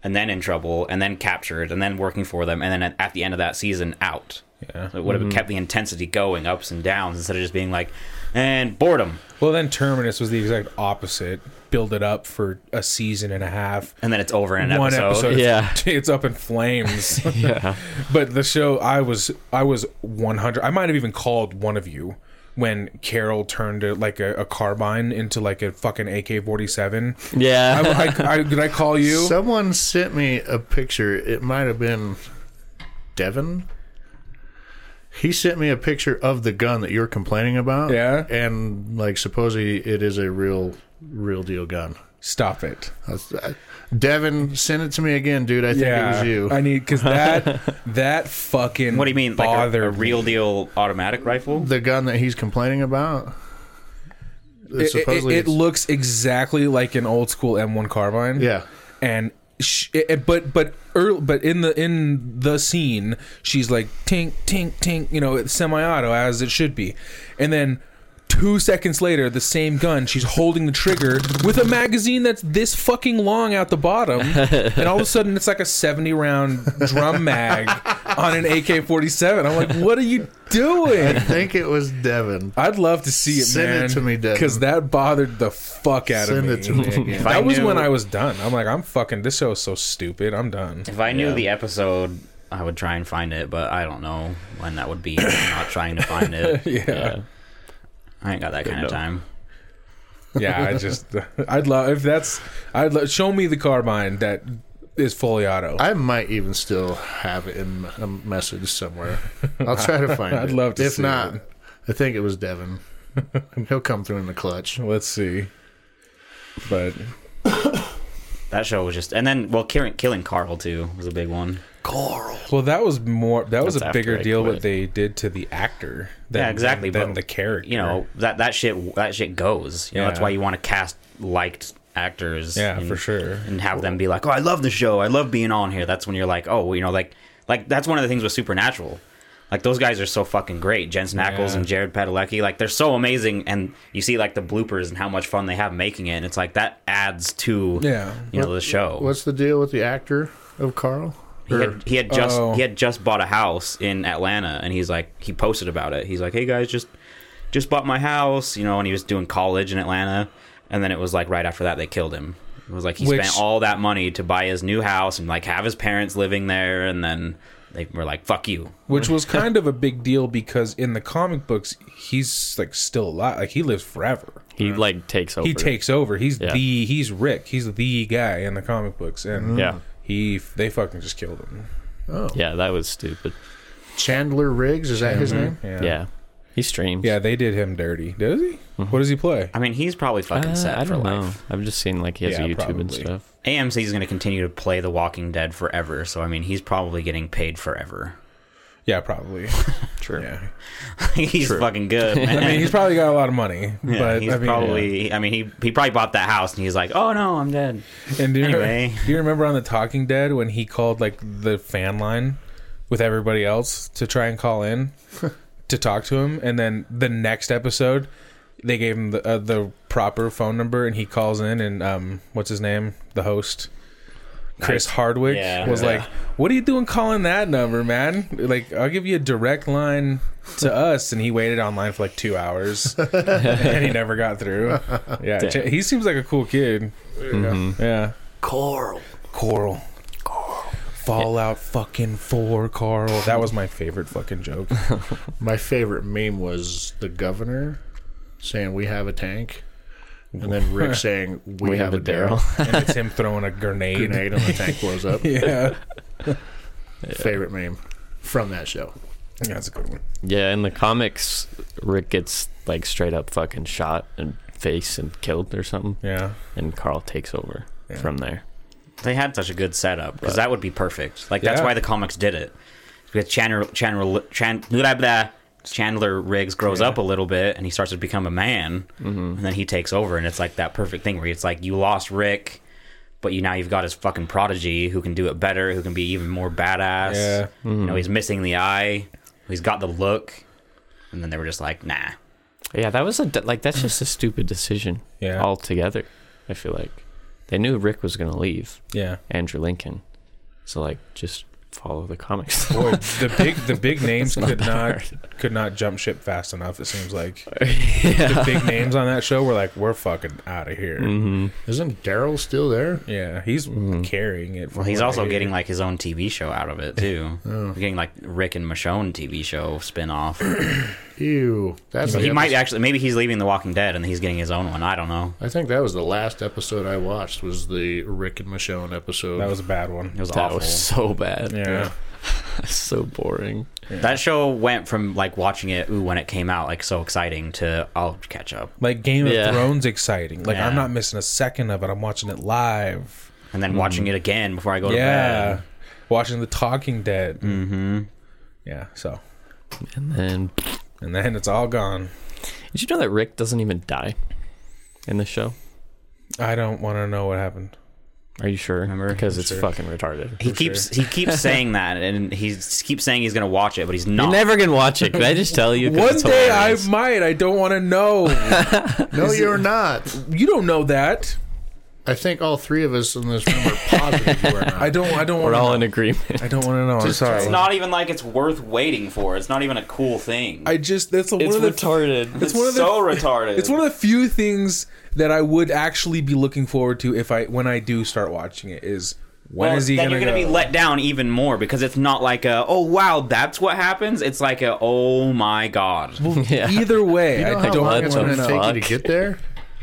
and then in trouble, and then captured, and then working for them, and then at, at the end of that season out. Yeah. So it would have kept the intensity going, ups and downs, instead of just being like, and boredom, Well, then Terminus was the exact opposite. Build it up for a season and a half. and then it's over in an One episode, Yeah. it's up in flames. Yeah. But the show, I was, I was one hundred. I might have even called one of you when Carol turned a, like a, a carbine into like a fucking AK forty seven. Yeah. I, I, I, did I call you? Someone sent me a picture. It might have been Devin. He sent me a picture of the gun that you're complaining about. Yeah. And, like, supposedly it is a real, real deal gun. Stop it. That's- I- Devin, send it to me again, dude. I think it was you. I need because that that fucking What do you mean, like a- bothered a, me. real deal automatic rifle? the gun that he's complaining about. It, it- supposedly it it's- looks exactly like an old school M1 carbine. Yeah. and sh it, it- but but earl but in the in the scene, she's like tink tink tink, you know, it's semi-auto as it should be, and then. Two seconds later, the same gun. She's holding the trigger with a magazine that's this fucking long out the bottom, and all of a sudden it's like a seventy-round drum mag on an AK-47. I'm like, "What are you doing?" I think it was Devin. I'd love to see it, Send it man. to me, Devin. because that bothered the fuck out Send of me. it to me again. I that was knew- when I was done. I'm like, I'm fucking. This show is so stupid. I'm done. If I knew Yeah. the episode, I would try and find it, but I don't know when that would be. I'm not trying to find it. Yeah, yeah. I ain't got that kind enough. of time. I just, I'd love if that's. I'd lo- show me the carbine that is fully auto. I, I might even still have it in a message somewhere. I'll try to find it. I'd love to If see not, it. I think it was Devin. He'll come through in the clutch. Let's see. But That show was just, and then well, killing, killing Carl too was a big one. well, that was more. That was That's a after bigger I deal. What quit. they did to the actor. Than, Yeah, exactly, Than but, the character. You know that that shit that shit goes. You know that's Yeah. why you want to cast liked actors. Yeah, and- for sure. and have them be like, "Oh, I love the show. I love being on here." That's when you're like, "Oh, you know, like, like that's one of the things with Supernatural. Like those guys are so fucking great. Jensen Ackles Yeah. and Jared Padalecki, like they're so amazing. And you see like the bloopers and how much fun they have making it. And it's like that adds to Yeah. you know the show. What's the deal with the actor of Carl? he, had, he had just Oh. he had just bought a house in Atlanta, and he's like he posted about it. He's like, "Hey guys, just just bought my house," you know. And he was doing college in Atlanta, and then it was like right after that they killed him. It was like he Which- spent all that money to buy his new house and like have his parents living there, and then they were like, "Fuck you." which was kind of a big deal because in the comic books he's like still alive like he lives forever he like takes over. he takes over he's Yeah. the he's rick he's the guy in the comic books and Yeah. he they fucking just killed him Yeah, that was stupid. Chandler Riggs, is that his name? yeah Yeah, Mm-hmm. he streams. Yeah, they did him dirty does he what does he play I mean, he's probably fucking Uh, set I for don't know. life. I've just seen like he has Yeah, a YouTube and probably. stuff. AMC is going to continue to play The Walking Dead forever, so I mean, he's probably getting paid forever. yeah probably True. yeah he's fucking good. Man. i mean he's probably got a lot of money Yeah, but he's i mean probably. I mean, he he probably bought that house, and he's like, "Oh no, I'm dead." and do you, Anyway. do you remember on the talking dead when he called like the fan line with everybody else to try and call in to talk to him and then the next episode they gave him the, uh, the proper phone number and he calls in and um what's his name the host Chris Hardwick Yeah. was Yeah. like, "What are you doing calling that number, man? Like, I'll give you a direct line to us." And he waited online for like two hours, and he never got through. Yeah, Damn. he seems like a cool kid. Mm-hmm. Yeah. Coral. Coral. Fallout fucking 4, Carl. That was my favorite fucking joke. My favorite meme was the governor saying, We have a tank. And then Rick saying, We, have, a Daryl. and it's him throwing a grenade. Grenade and the tank blows up. Yeah. Favorite meme from that show. That's a good one. Yeah, in the comics, Rick gets like straight up fucking shot and face and killed or something, Yeah. and Carl takes over Yeah. from there. They had such a good setup because that would be perfect. Like that's Yeah. why the comics did it. Because Chandler Chandler Chan- blah, blah. Chandler Riggs grows up a little bit and he starts to become a man, Mm-hmm. and then he takes over, and it's like that perfect thing where it's like you lost Rick, but you now you've got his fucking prodigy who can do it better, who can be even more badass. Yeah. Hmm. You know, he's missing the eye, he's got the look, and then they were just like, nah. Mm-hmm. Yeah, that was a d- like that's just a stupid decision Yeah. altogether. I feel like they knew Rick was gonna leave Yeah. Andrew Lincoln, so like just follow the comics. Boy, the big the big names could not could not jump ship fast enough. It seems like Mm-hmm. the big names on that show were like, we're fucking out of here. Mm-hmm. Isn't Daryl still there? Yeah, he's carrying it. Well, he's also getting like his own TV show out of it too. Oh. We're Getting like Rick and Michonne TV show spin off. Ew. That's he the might episode- actually maybe he's leaving The Walking Dead and he's getting his own one. I don't know. I think that was the last episode I watched was the Rick and Michonne episode. that was a bad one. It was that awful. was so bad. Yeah. so boring. That show went from like watching it ooh when it came out like so exciting to I'll catch up. Like Game of Yeah. Thrones exciting. Like I'm Yeah. not missing a second of it. I'm watching it live. And then watching it again before I go to Mm-hmm. Yeah. bed. Watching The Talking Dead. Mm. Mm-hmm. Yeah, so And then and then it's all gone. did you know that Rick doesn't even die in the show? I don't want to know what happened. Are you sure? Remember? because I'm it's sure. fucking retarded. He keeps he keeps saying that and he keeps saying he's gonna watch it, but he's not. You're never gonna watch it. Can I just tell you? 'Cause One it's day I hilarious. might. I don't want to know. no, you're not. you don't know that. I think all three of us in this room are positive you are not. I don't. I don't We're want. all to in know. agreement. I don't want to know. I'm sorry. it's not even like it's worth waiting for. It's not even a cool thing. I just. That's one It's of the. retarded. it's one of the. so retarded. It's one of the few things that I would actually be looking forward to if I when I do start watching it is when is Well, he then gonna, you're gonna go? be let down even more because it's not like a oh wow that's what happens. It's like a oh my god. yeah. Either way, You know I, how I don't long want it's what going to to gonna know. take you to fuck. get there?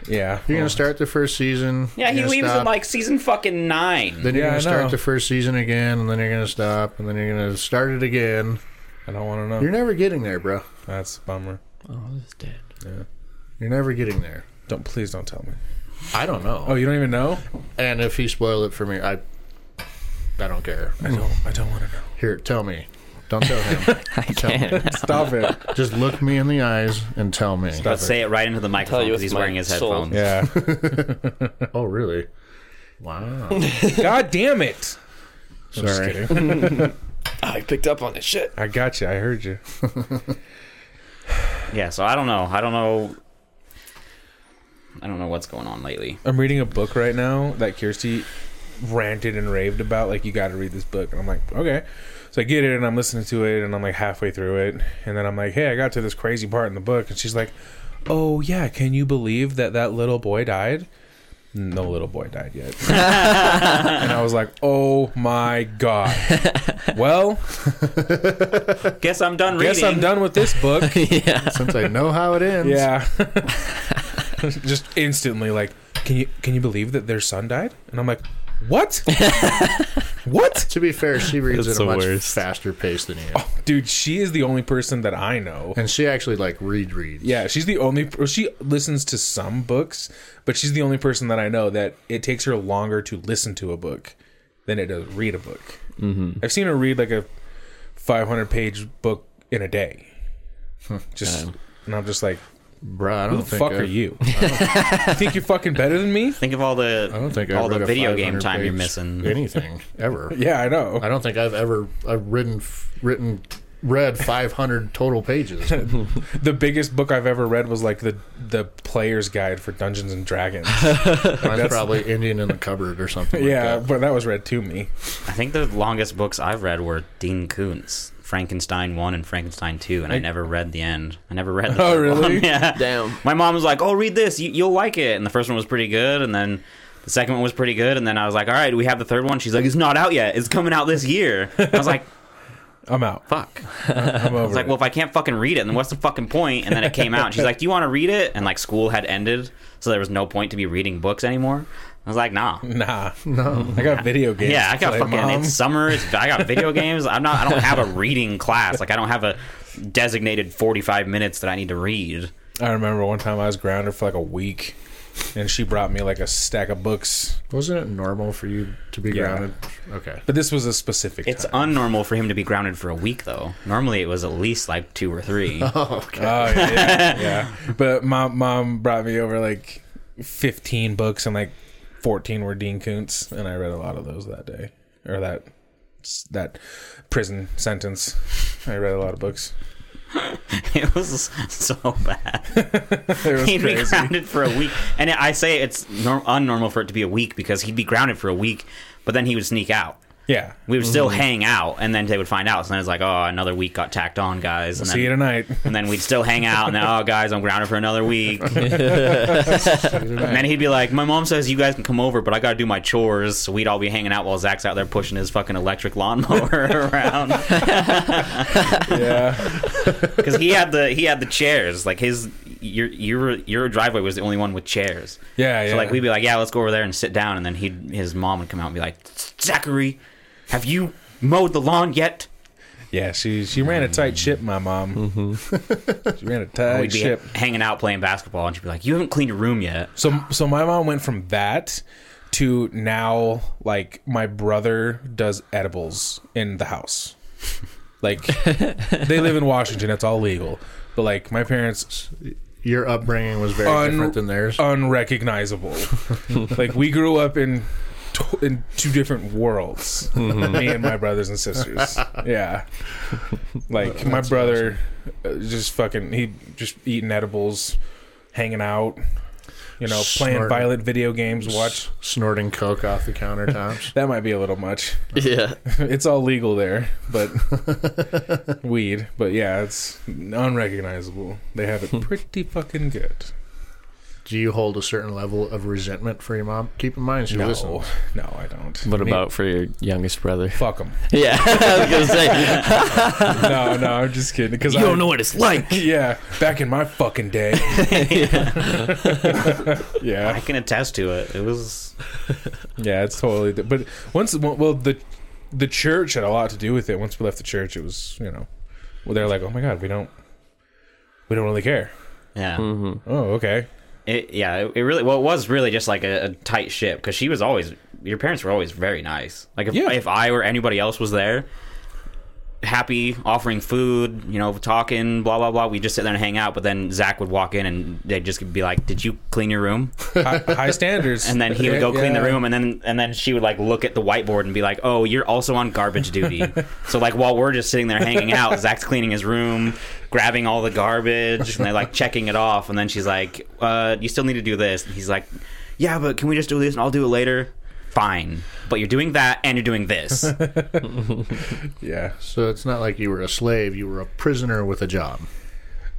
Yeah, You're going to start the first season. Yeah, he you're gonna leaves stop, in like season fucking nine. Then you're Yeah, going I to start know. the first season again, and then you're going to stop, and then you're going to start it again. I don't want to know. You're never getting there, bro. That's a bummer. Oh, it's dead. You're never getting there. Don't please don't tell me. I don't know. Oh, you don't even know? And if he spoiled it for me, I I don't care. I don't. I don't want to know. Here, tell me. Don't tell him. I can't. Stop it. Just look me in the eyes and tell me. Let's say it right into the tell microphone you because with he's my wearing his soul. headphones. Yeah. Oh, really? Wow. God damn it. Sorry. I picked up on this shit. I got you. I heard you. Yeah, so I don't know. I don't know. I don't know what's going on lately. I'm reading a book right now that Kirsty ranted and raved about. Like, you got to read this book. And I'm like, okay. So I get it and I'm listening to it and I'm like halfway through it. And then I'm like, hey, I got to this crazy part in the book. And she's like, oh, yeah, can you believe that that little boy died? No little boy died yet. and I was like, oh my God. Well, Guess I'm done reading. guess I'm done with this book. Since I know how it ends. Yeah. Just instantly like, can you can you believe that their son died? And I'm like, what? what? To be fair, she reads That's at a the much worst. faster pace than you. Dude, she is the only person that I know. And she actually like read reads. Yeah, she's the only well, she listens to some books, but she's the only person that I know that it takes her longer to listen to a book than it does read a book. Mm-hmm. I've seen her read like a 500 page book in a day. Just and I'm just like, Bro, I who don't the think fuck I, are you? you think you're fucking better than me? Think of all the I don't think all I've read the a video game 500 time you're page missing. Anything ever. Yeah, I know. I don't think I've ever I've written written read 500 total pages. The biggest book I've ever read was like the the player's guide for Dungeons and Dragons. Mine's probably Indian in the cupboard or something. yeah, like but that was read to me. I think the longest books I've read were Dean Koontz, Frankenstein One and Frankenstein Two, and I, never read the end. I never read. The Oh, third really? one. Yeah. Damn. My mom was like, "Oh, read this. You, you'll like it." And the first one was pretty good, and then the second one was pretty good, and then I was like, "All right, we have the third one." She's like, "It's not out yet. It's coming out this year." I was like, I'm out. "Fuck." I'm over. I was like, it. well, if I can't fucking read it, then what's the fucking point? And then it came out. And she's like, do you want to read it? And like school had ended, so there was no point to be reading books anymore. I was like, nah. nah, no. I got video games. Yeah, I to got play, fucking. Mom. It's summer. It's, I got video games. I'm not. I don't have a reading class. Like I don't have a designated 45 minutes that I need to read. I remember one time I was grounded for like a week, and she brought me like a stack of books. Wasn't it normal for you to be Yeah. grounded Okay. But this was a specific. It's time. unnormal for him to be grounded for a week, though. Normally, it was at least like two or three. Oh yeah, yeah. But my mom brought me over like fifteen books, and like fourteen were Dean Koontz, and I read a lot of those that day or that that prison sentence. I read a lot of books. it was so bad. It was he'd be crazy. grounded for a week, and I say it's norm- unnormal for it to be a week because he'd be grounded for a week, but then he would sneak out. Yeah. We would still Mm-hmm. hang out, and then they would find out. So then it's like, oh, another week got tacked on, guys. And See you then, tonight. and then we'd still hang out, and then, oh, guys, I'm grounded for another week. and then he'd be like, my mom says you guys can come over, but I got to do my chores. So we'd all be hanging out while Zach's out there pushing his fucking electric lawnmower around Yeah. because he had the he had the chairs. Like his your your your driveway was the only one with chairs. Yeah. Oh, Yeah. So like we'd be like, yeah, let's go over there and sit down, and then he his mom would come out and be like, Zachary, have you mowed the lawn yet? Yeah. She she ran a tight ship, my mom. she ran a And tight Mm-hmm. we'd be ship. hanging out playing basketball, and she'd be like, you haven't cleaned your room yet. So so my mom went from that to now like my brother does edibles in the house. Like they live in Washington, it's all legal. But like my parents Your upbringing was very Un- different than theirs. unrecognizable. like we grew up in tw- in two different worlds. Me and my brothers and sisters. Yeah. Like my brother uh, just fucking he just eating edibles, hanging out, you know, playing Smart. violent video games, watch Snorting coke off the countertops. That might be a little much. Yeah. It's all legal there, but weed. But yeah, it's unrecognizable. They have Hmm. it pretty fucking good. Do you hold a certain level of resentment for your mom? Keep in mind, she No, listens. no, I don't. What Me- about for your youngest brother? Fuck them. Yeah, I was gonna say No, no, I'm just kidding. Because I what it's like. Yeah, back in my fucking day. I yeah, can attest to it. It was yeah, it's totally. Di- but once, well, the the church had a lot to do with it. Once we left the church, it was you know, well, they're like, oh my god, we don't, we don't really care. yeah, Oh, okay. it, yeah. It, it really well, it was really just like a, a tight ship because she was always your parents were always very nice. Like if Yeah. if I or anybody else was there. Happy offering food, you know, talking, blah blah blah. We just sit there and hang out, but then Zach would walk in and they'd just be like, "Did you clean your room?" High, high standards. and then he would go clean the Yeah. room and then and then she would like look at the whiteboard and be like oh you're also on garbage duty so like while we're just sitting there hanging out zach's cleaning his room grabbing all the garbage and they're like checking it off and then she's like uh, you still need to do this and he's like yeah but can we just do this and i'll do it later fine but you're doing that and you're doing this Yeah. So it's not like you were a slave; you were a prisoner with a job.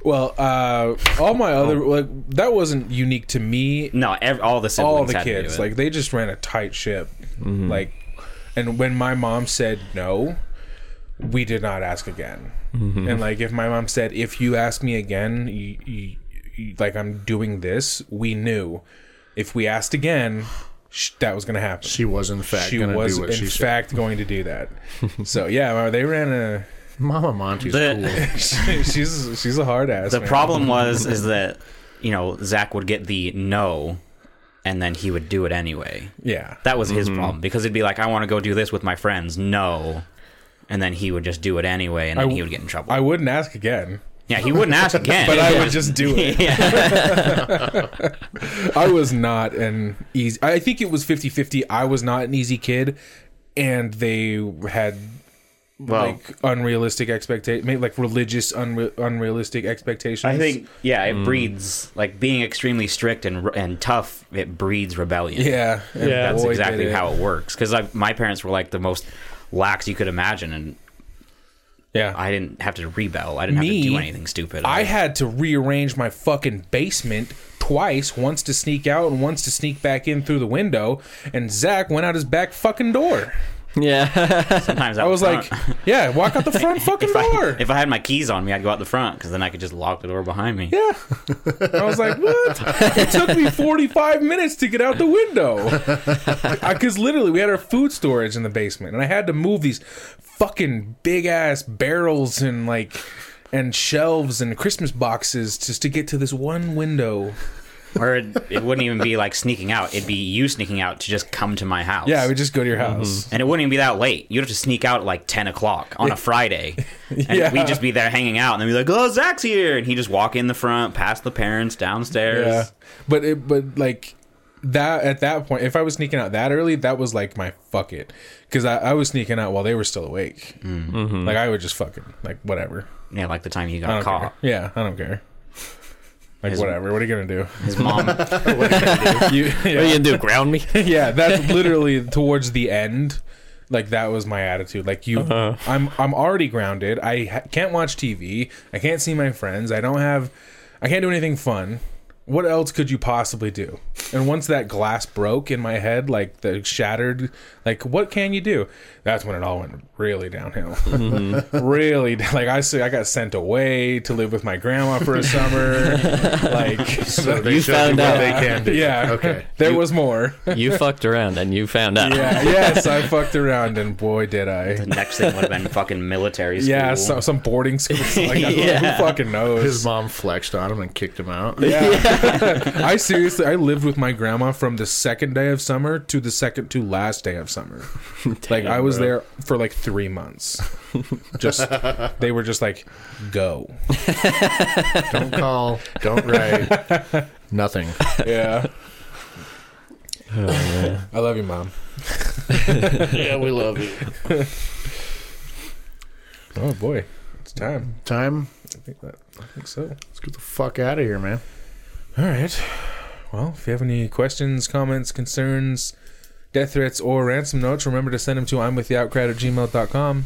Well, uh, all my other Oh. like that wasn't unique to me. no ev- all the siblings All the had to do kids it. like they just ran a tight ship. Mm-hmm. Like, and when my mom said no, we did not ask again. Mm-hmm. And like, if my mom said, "If you ask me again, you, you, you- like I'm doing this," we knew. If we asked again, sh- that was going to happen. She was, in fact, She going to was do what she in fact going to do that. so yeah, uh, they ran a. said. Mama Monty's The- she's she's a hard ass. the man. problem was is that you know zach would get the no and then he would do it anyway Yeah. That was Mm-hmm. his problem because it'd be like, I want to go do this with my friends. No. And then he would just do it anyway, and then I- he would get in trouble. I wouldn't ask again. yeah, he wouldn't ask again. But I would just do it. yeah. I was not an easy. I think it was 50 50. I was not an easy kid, and they had like unrealistic expectations, maybe like religious unre- unrealistic expectations. I think, yeah, Mm. it breeds like being extremely strict and re- and tough. It breeds rebellion. Yeah, and Yeah. that's boy, exactly did how it works. Because my parents were like the most lax you could imagine, and Yeah, I, I didn't have to rebel. I didn't have Me, to do anything stupid. had to rearrange my fucking basement twice, once to sneak out and once to sneak back in through the window. And Zach went out his back fucking door. Yeah, sometimes I was like, "Yeah, walk out the front fucking if I, door." if I had my keys on me, I'd go out the front because then I could just lock the door behind me. Yeah. I was like, what? It took me 45 minutes to get out the window. Because literally, we had our food storage in the basement, and I had to move these fucking big ass barrels and like. And shelves and Christmas boxes just to get to this one window or it, it wouldn't even be like sneaking out. It'd be you sneaking out to just come to my house. Yeah, we just go to your house. and it wouldn't even be that late. You'd have to sneak out at like ten o'clock on a Friday, and Yeah. we'd just be there hanging out, and then be like, "Oh, Zach's here," and he'd just walk in the front, past the parents, downstairs. Yeah, but it, but like that at that point, if I was sneaking out that early, that was like my fuck it, because I, I was sneaking out while they were still awake. Mm-hmm. Like I would just fucking like whatever. Yeah, like the time he I got don't caught. care. Yeah, I don't care. Like His- whatever. What are you gonna do? His mom. You- What are yeah, you gonna do? Ground me? yeah, that's literally towards the end. Like that was my attitude. Like you, I'm I'm already grounded. I ha- can't watch TV. I can't see my friends. I don't have. I can't do anything fun. What else could you possibly do? And once that glass broke in my head, like the shattered, like what can you do? That's when it all went really downhill. really, like I say, I got sent away to live with my grandma for a summer. like So they You showed found what out. they can do. yeah, Okay. There was more. You fucked around and you found out. Yeah, yes, I fucked around and boy did I. Next thing would have been fucking military school. Yeah, so, some boarding school. Like, Who fucking knows? His mom flexed on him and kicked him out. yeah. I seriously, I lived with my grandma from the second day of summer to the second to last day of summer. like I was there for like three months. Just they were just like, go. Don't call. Don't write. Nothing. Yeah. I love you, mom. Yeah, we love you. Oh boy, it's time. Time. I think that. I think so. Let's get the fuck out of here, man. All right. Well, if you have any questions, comments, concerns, death threats, or ransom notes, remember to send them to I'm with the outcrowd at gmail.com.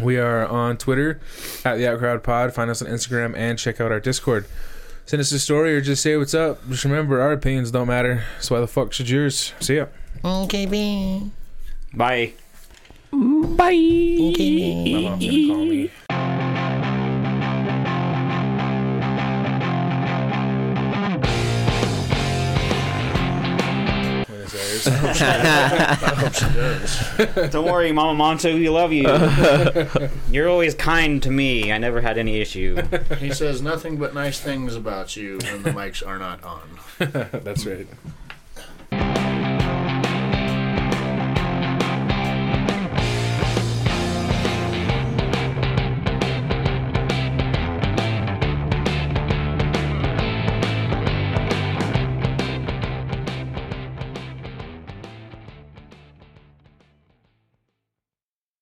We are on Twitter at the outcrowd pod. Find us on Instagram and check out our Discord. Send us a story or just say what's up. Just remember, our opinions don't matter. So why the fuck should yours? See ya. Okay, bye. Bye. Bye. My mom's gonna call me. Buenos Aires. Don't worry, Mama Monto, we love you. You're always kind to me. I never had any issue. He says nothing but nice things about you when the mics are not on. That's right.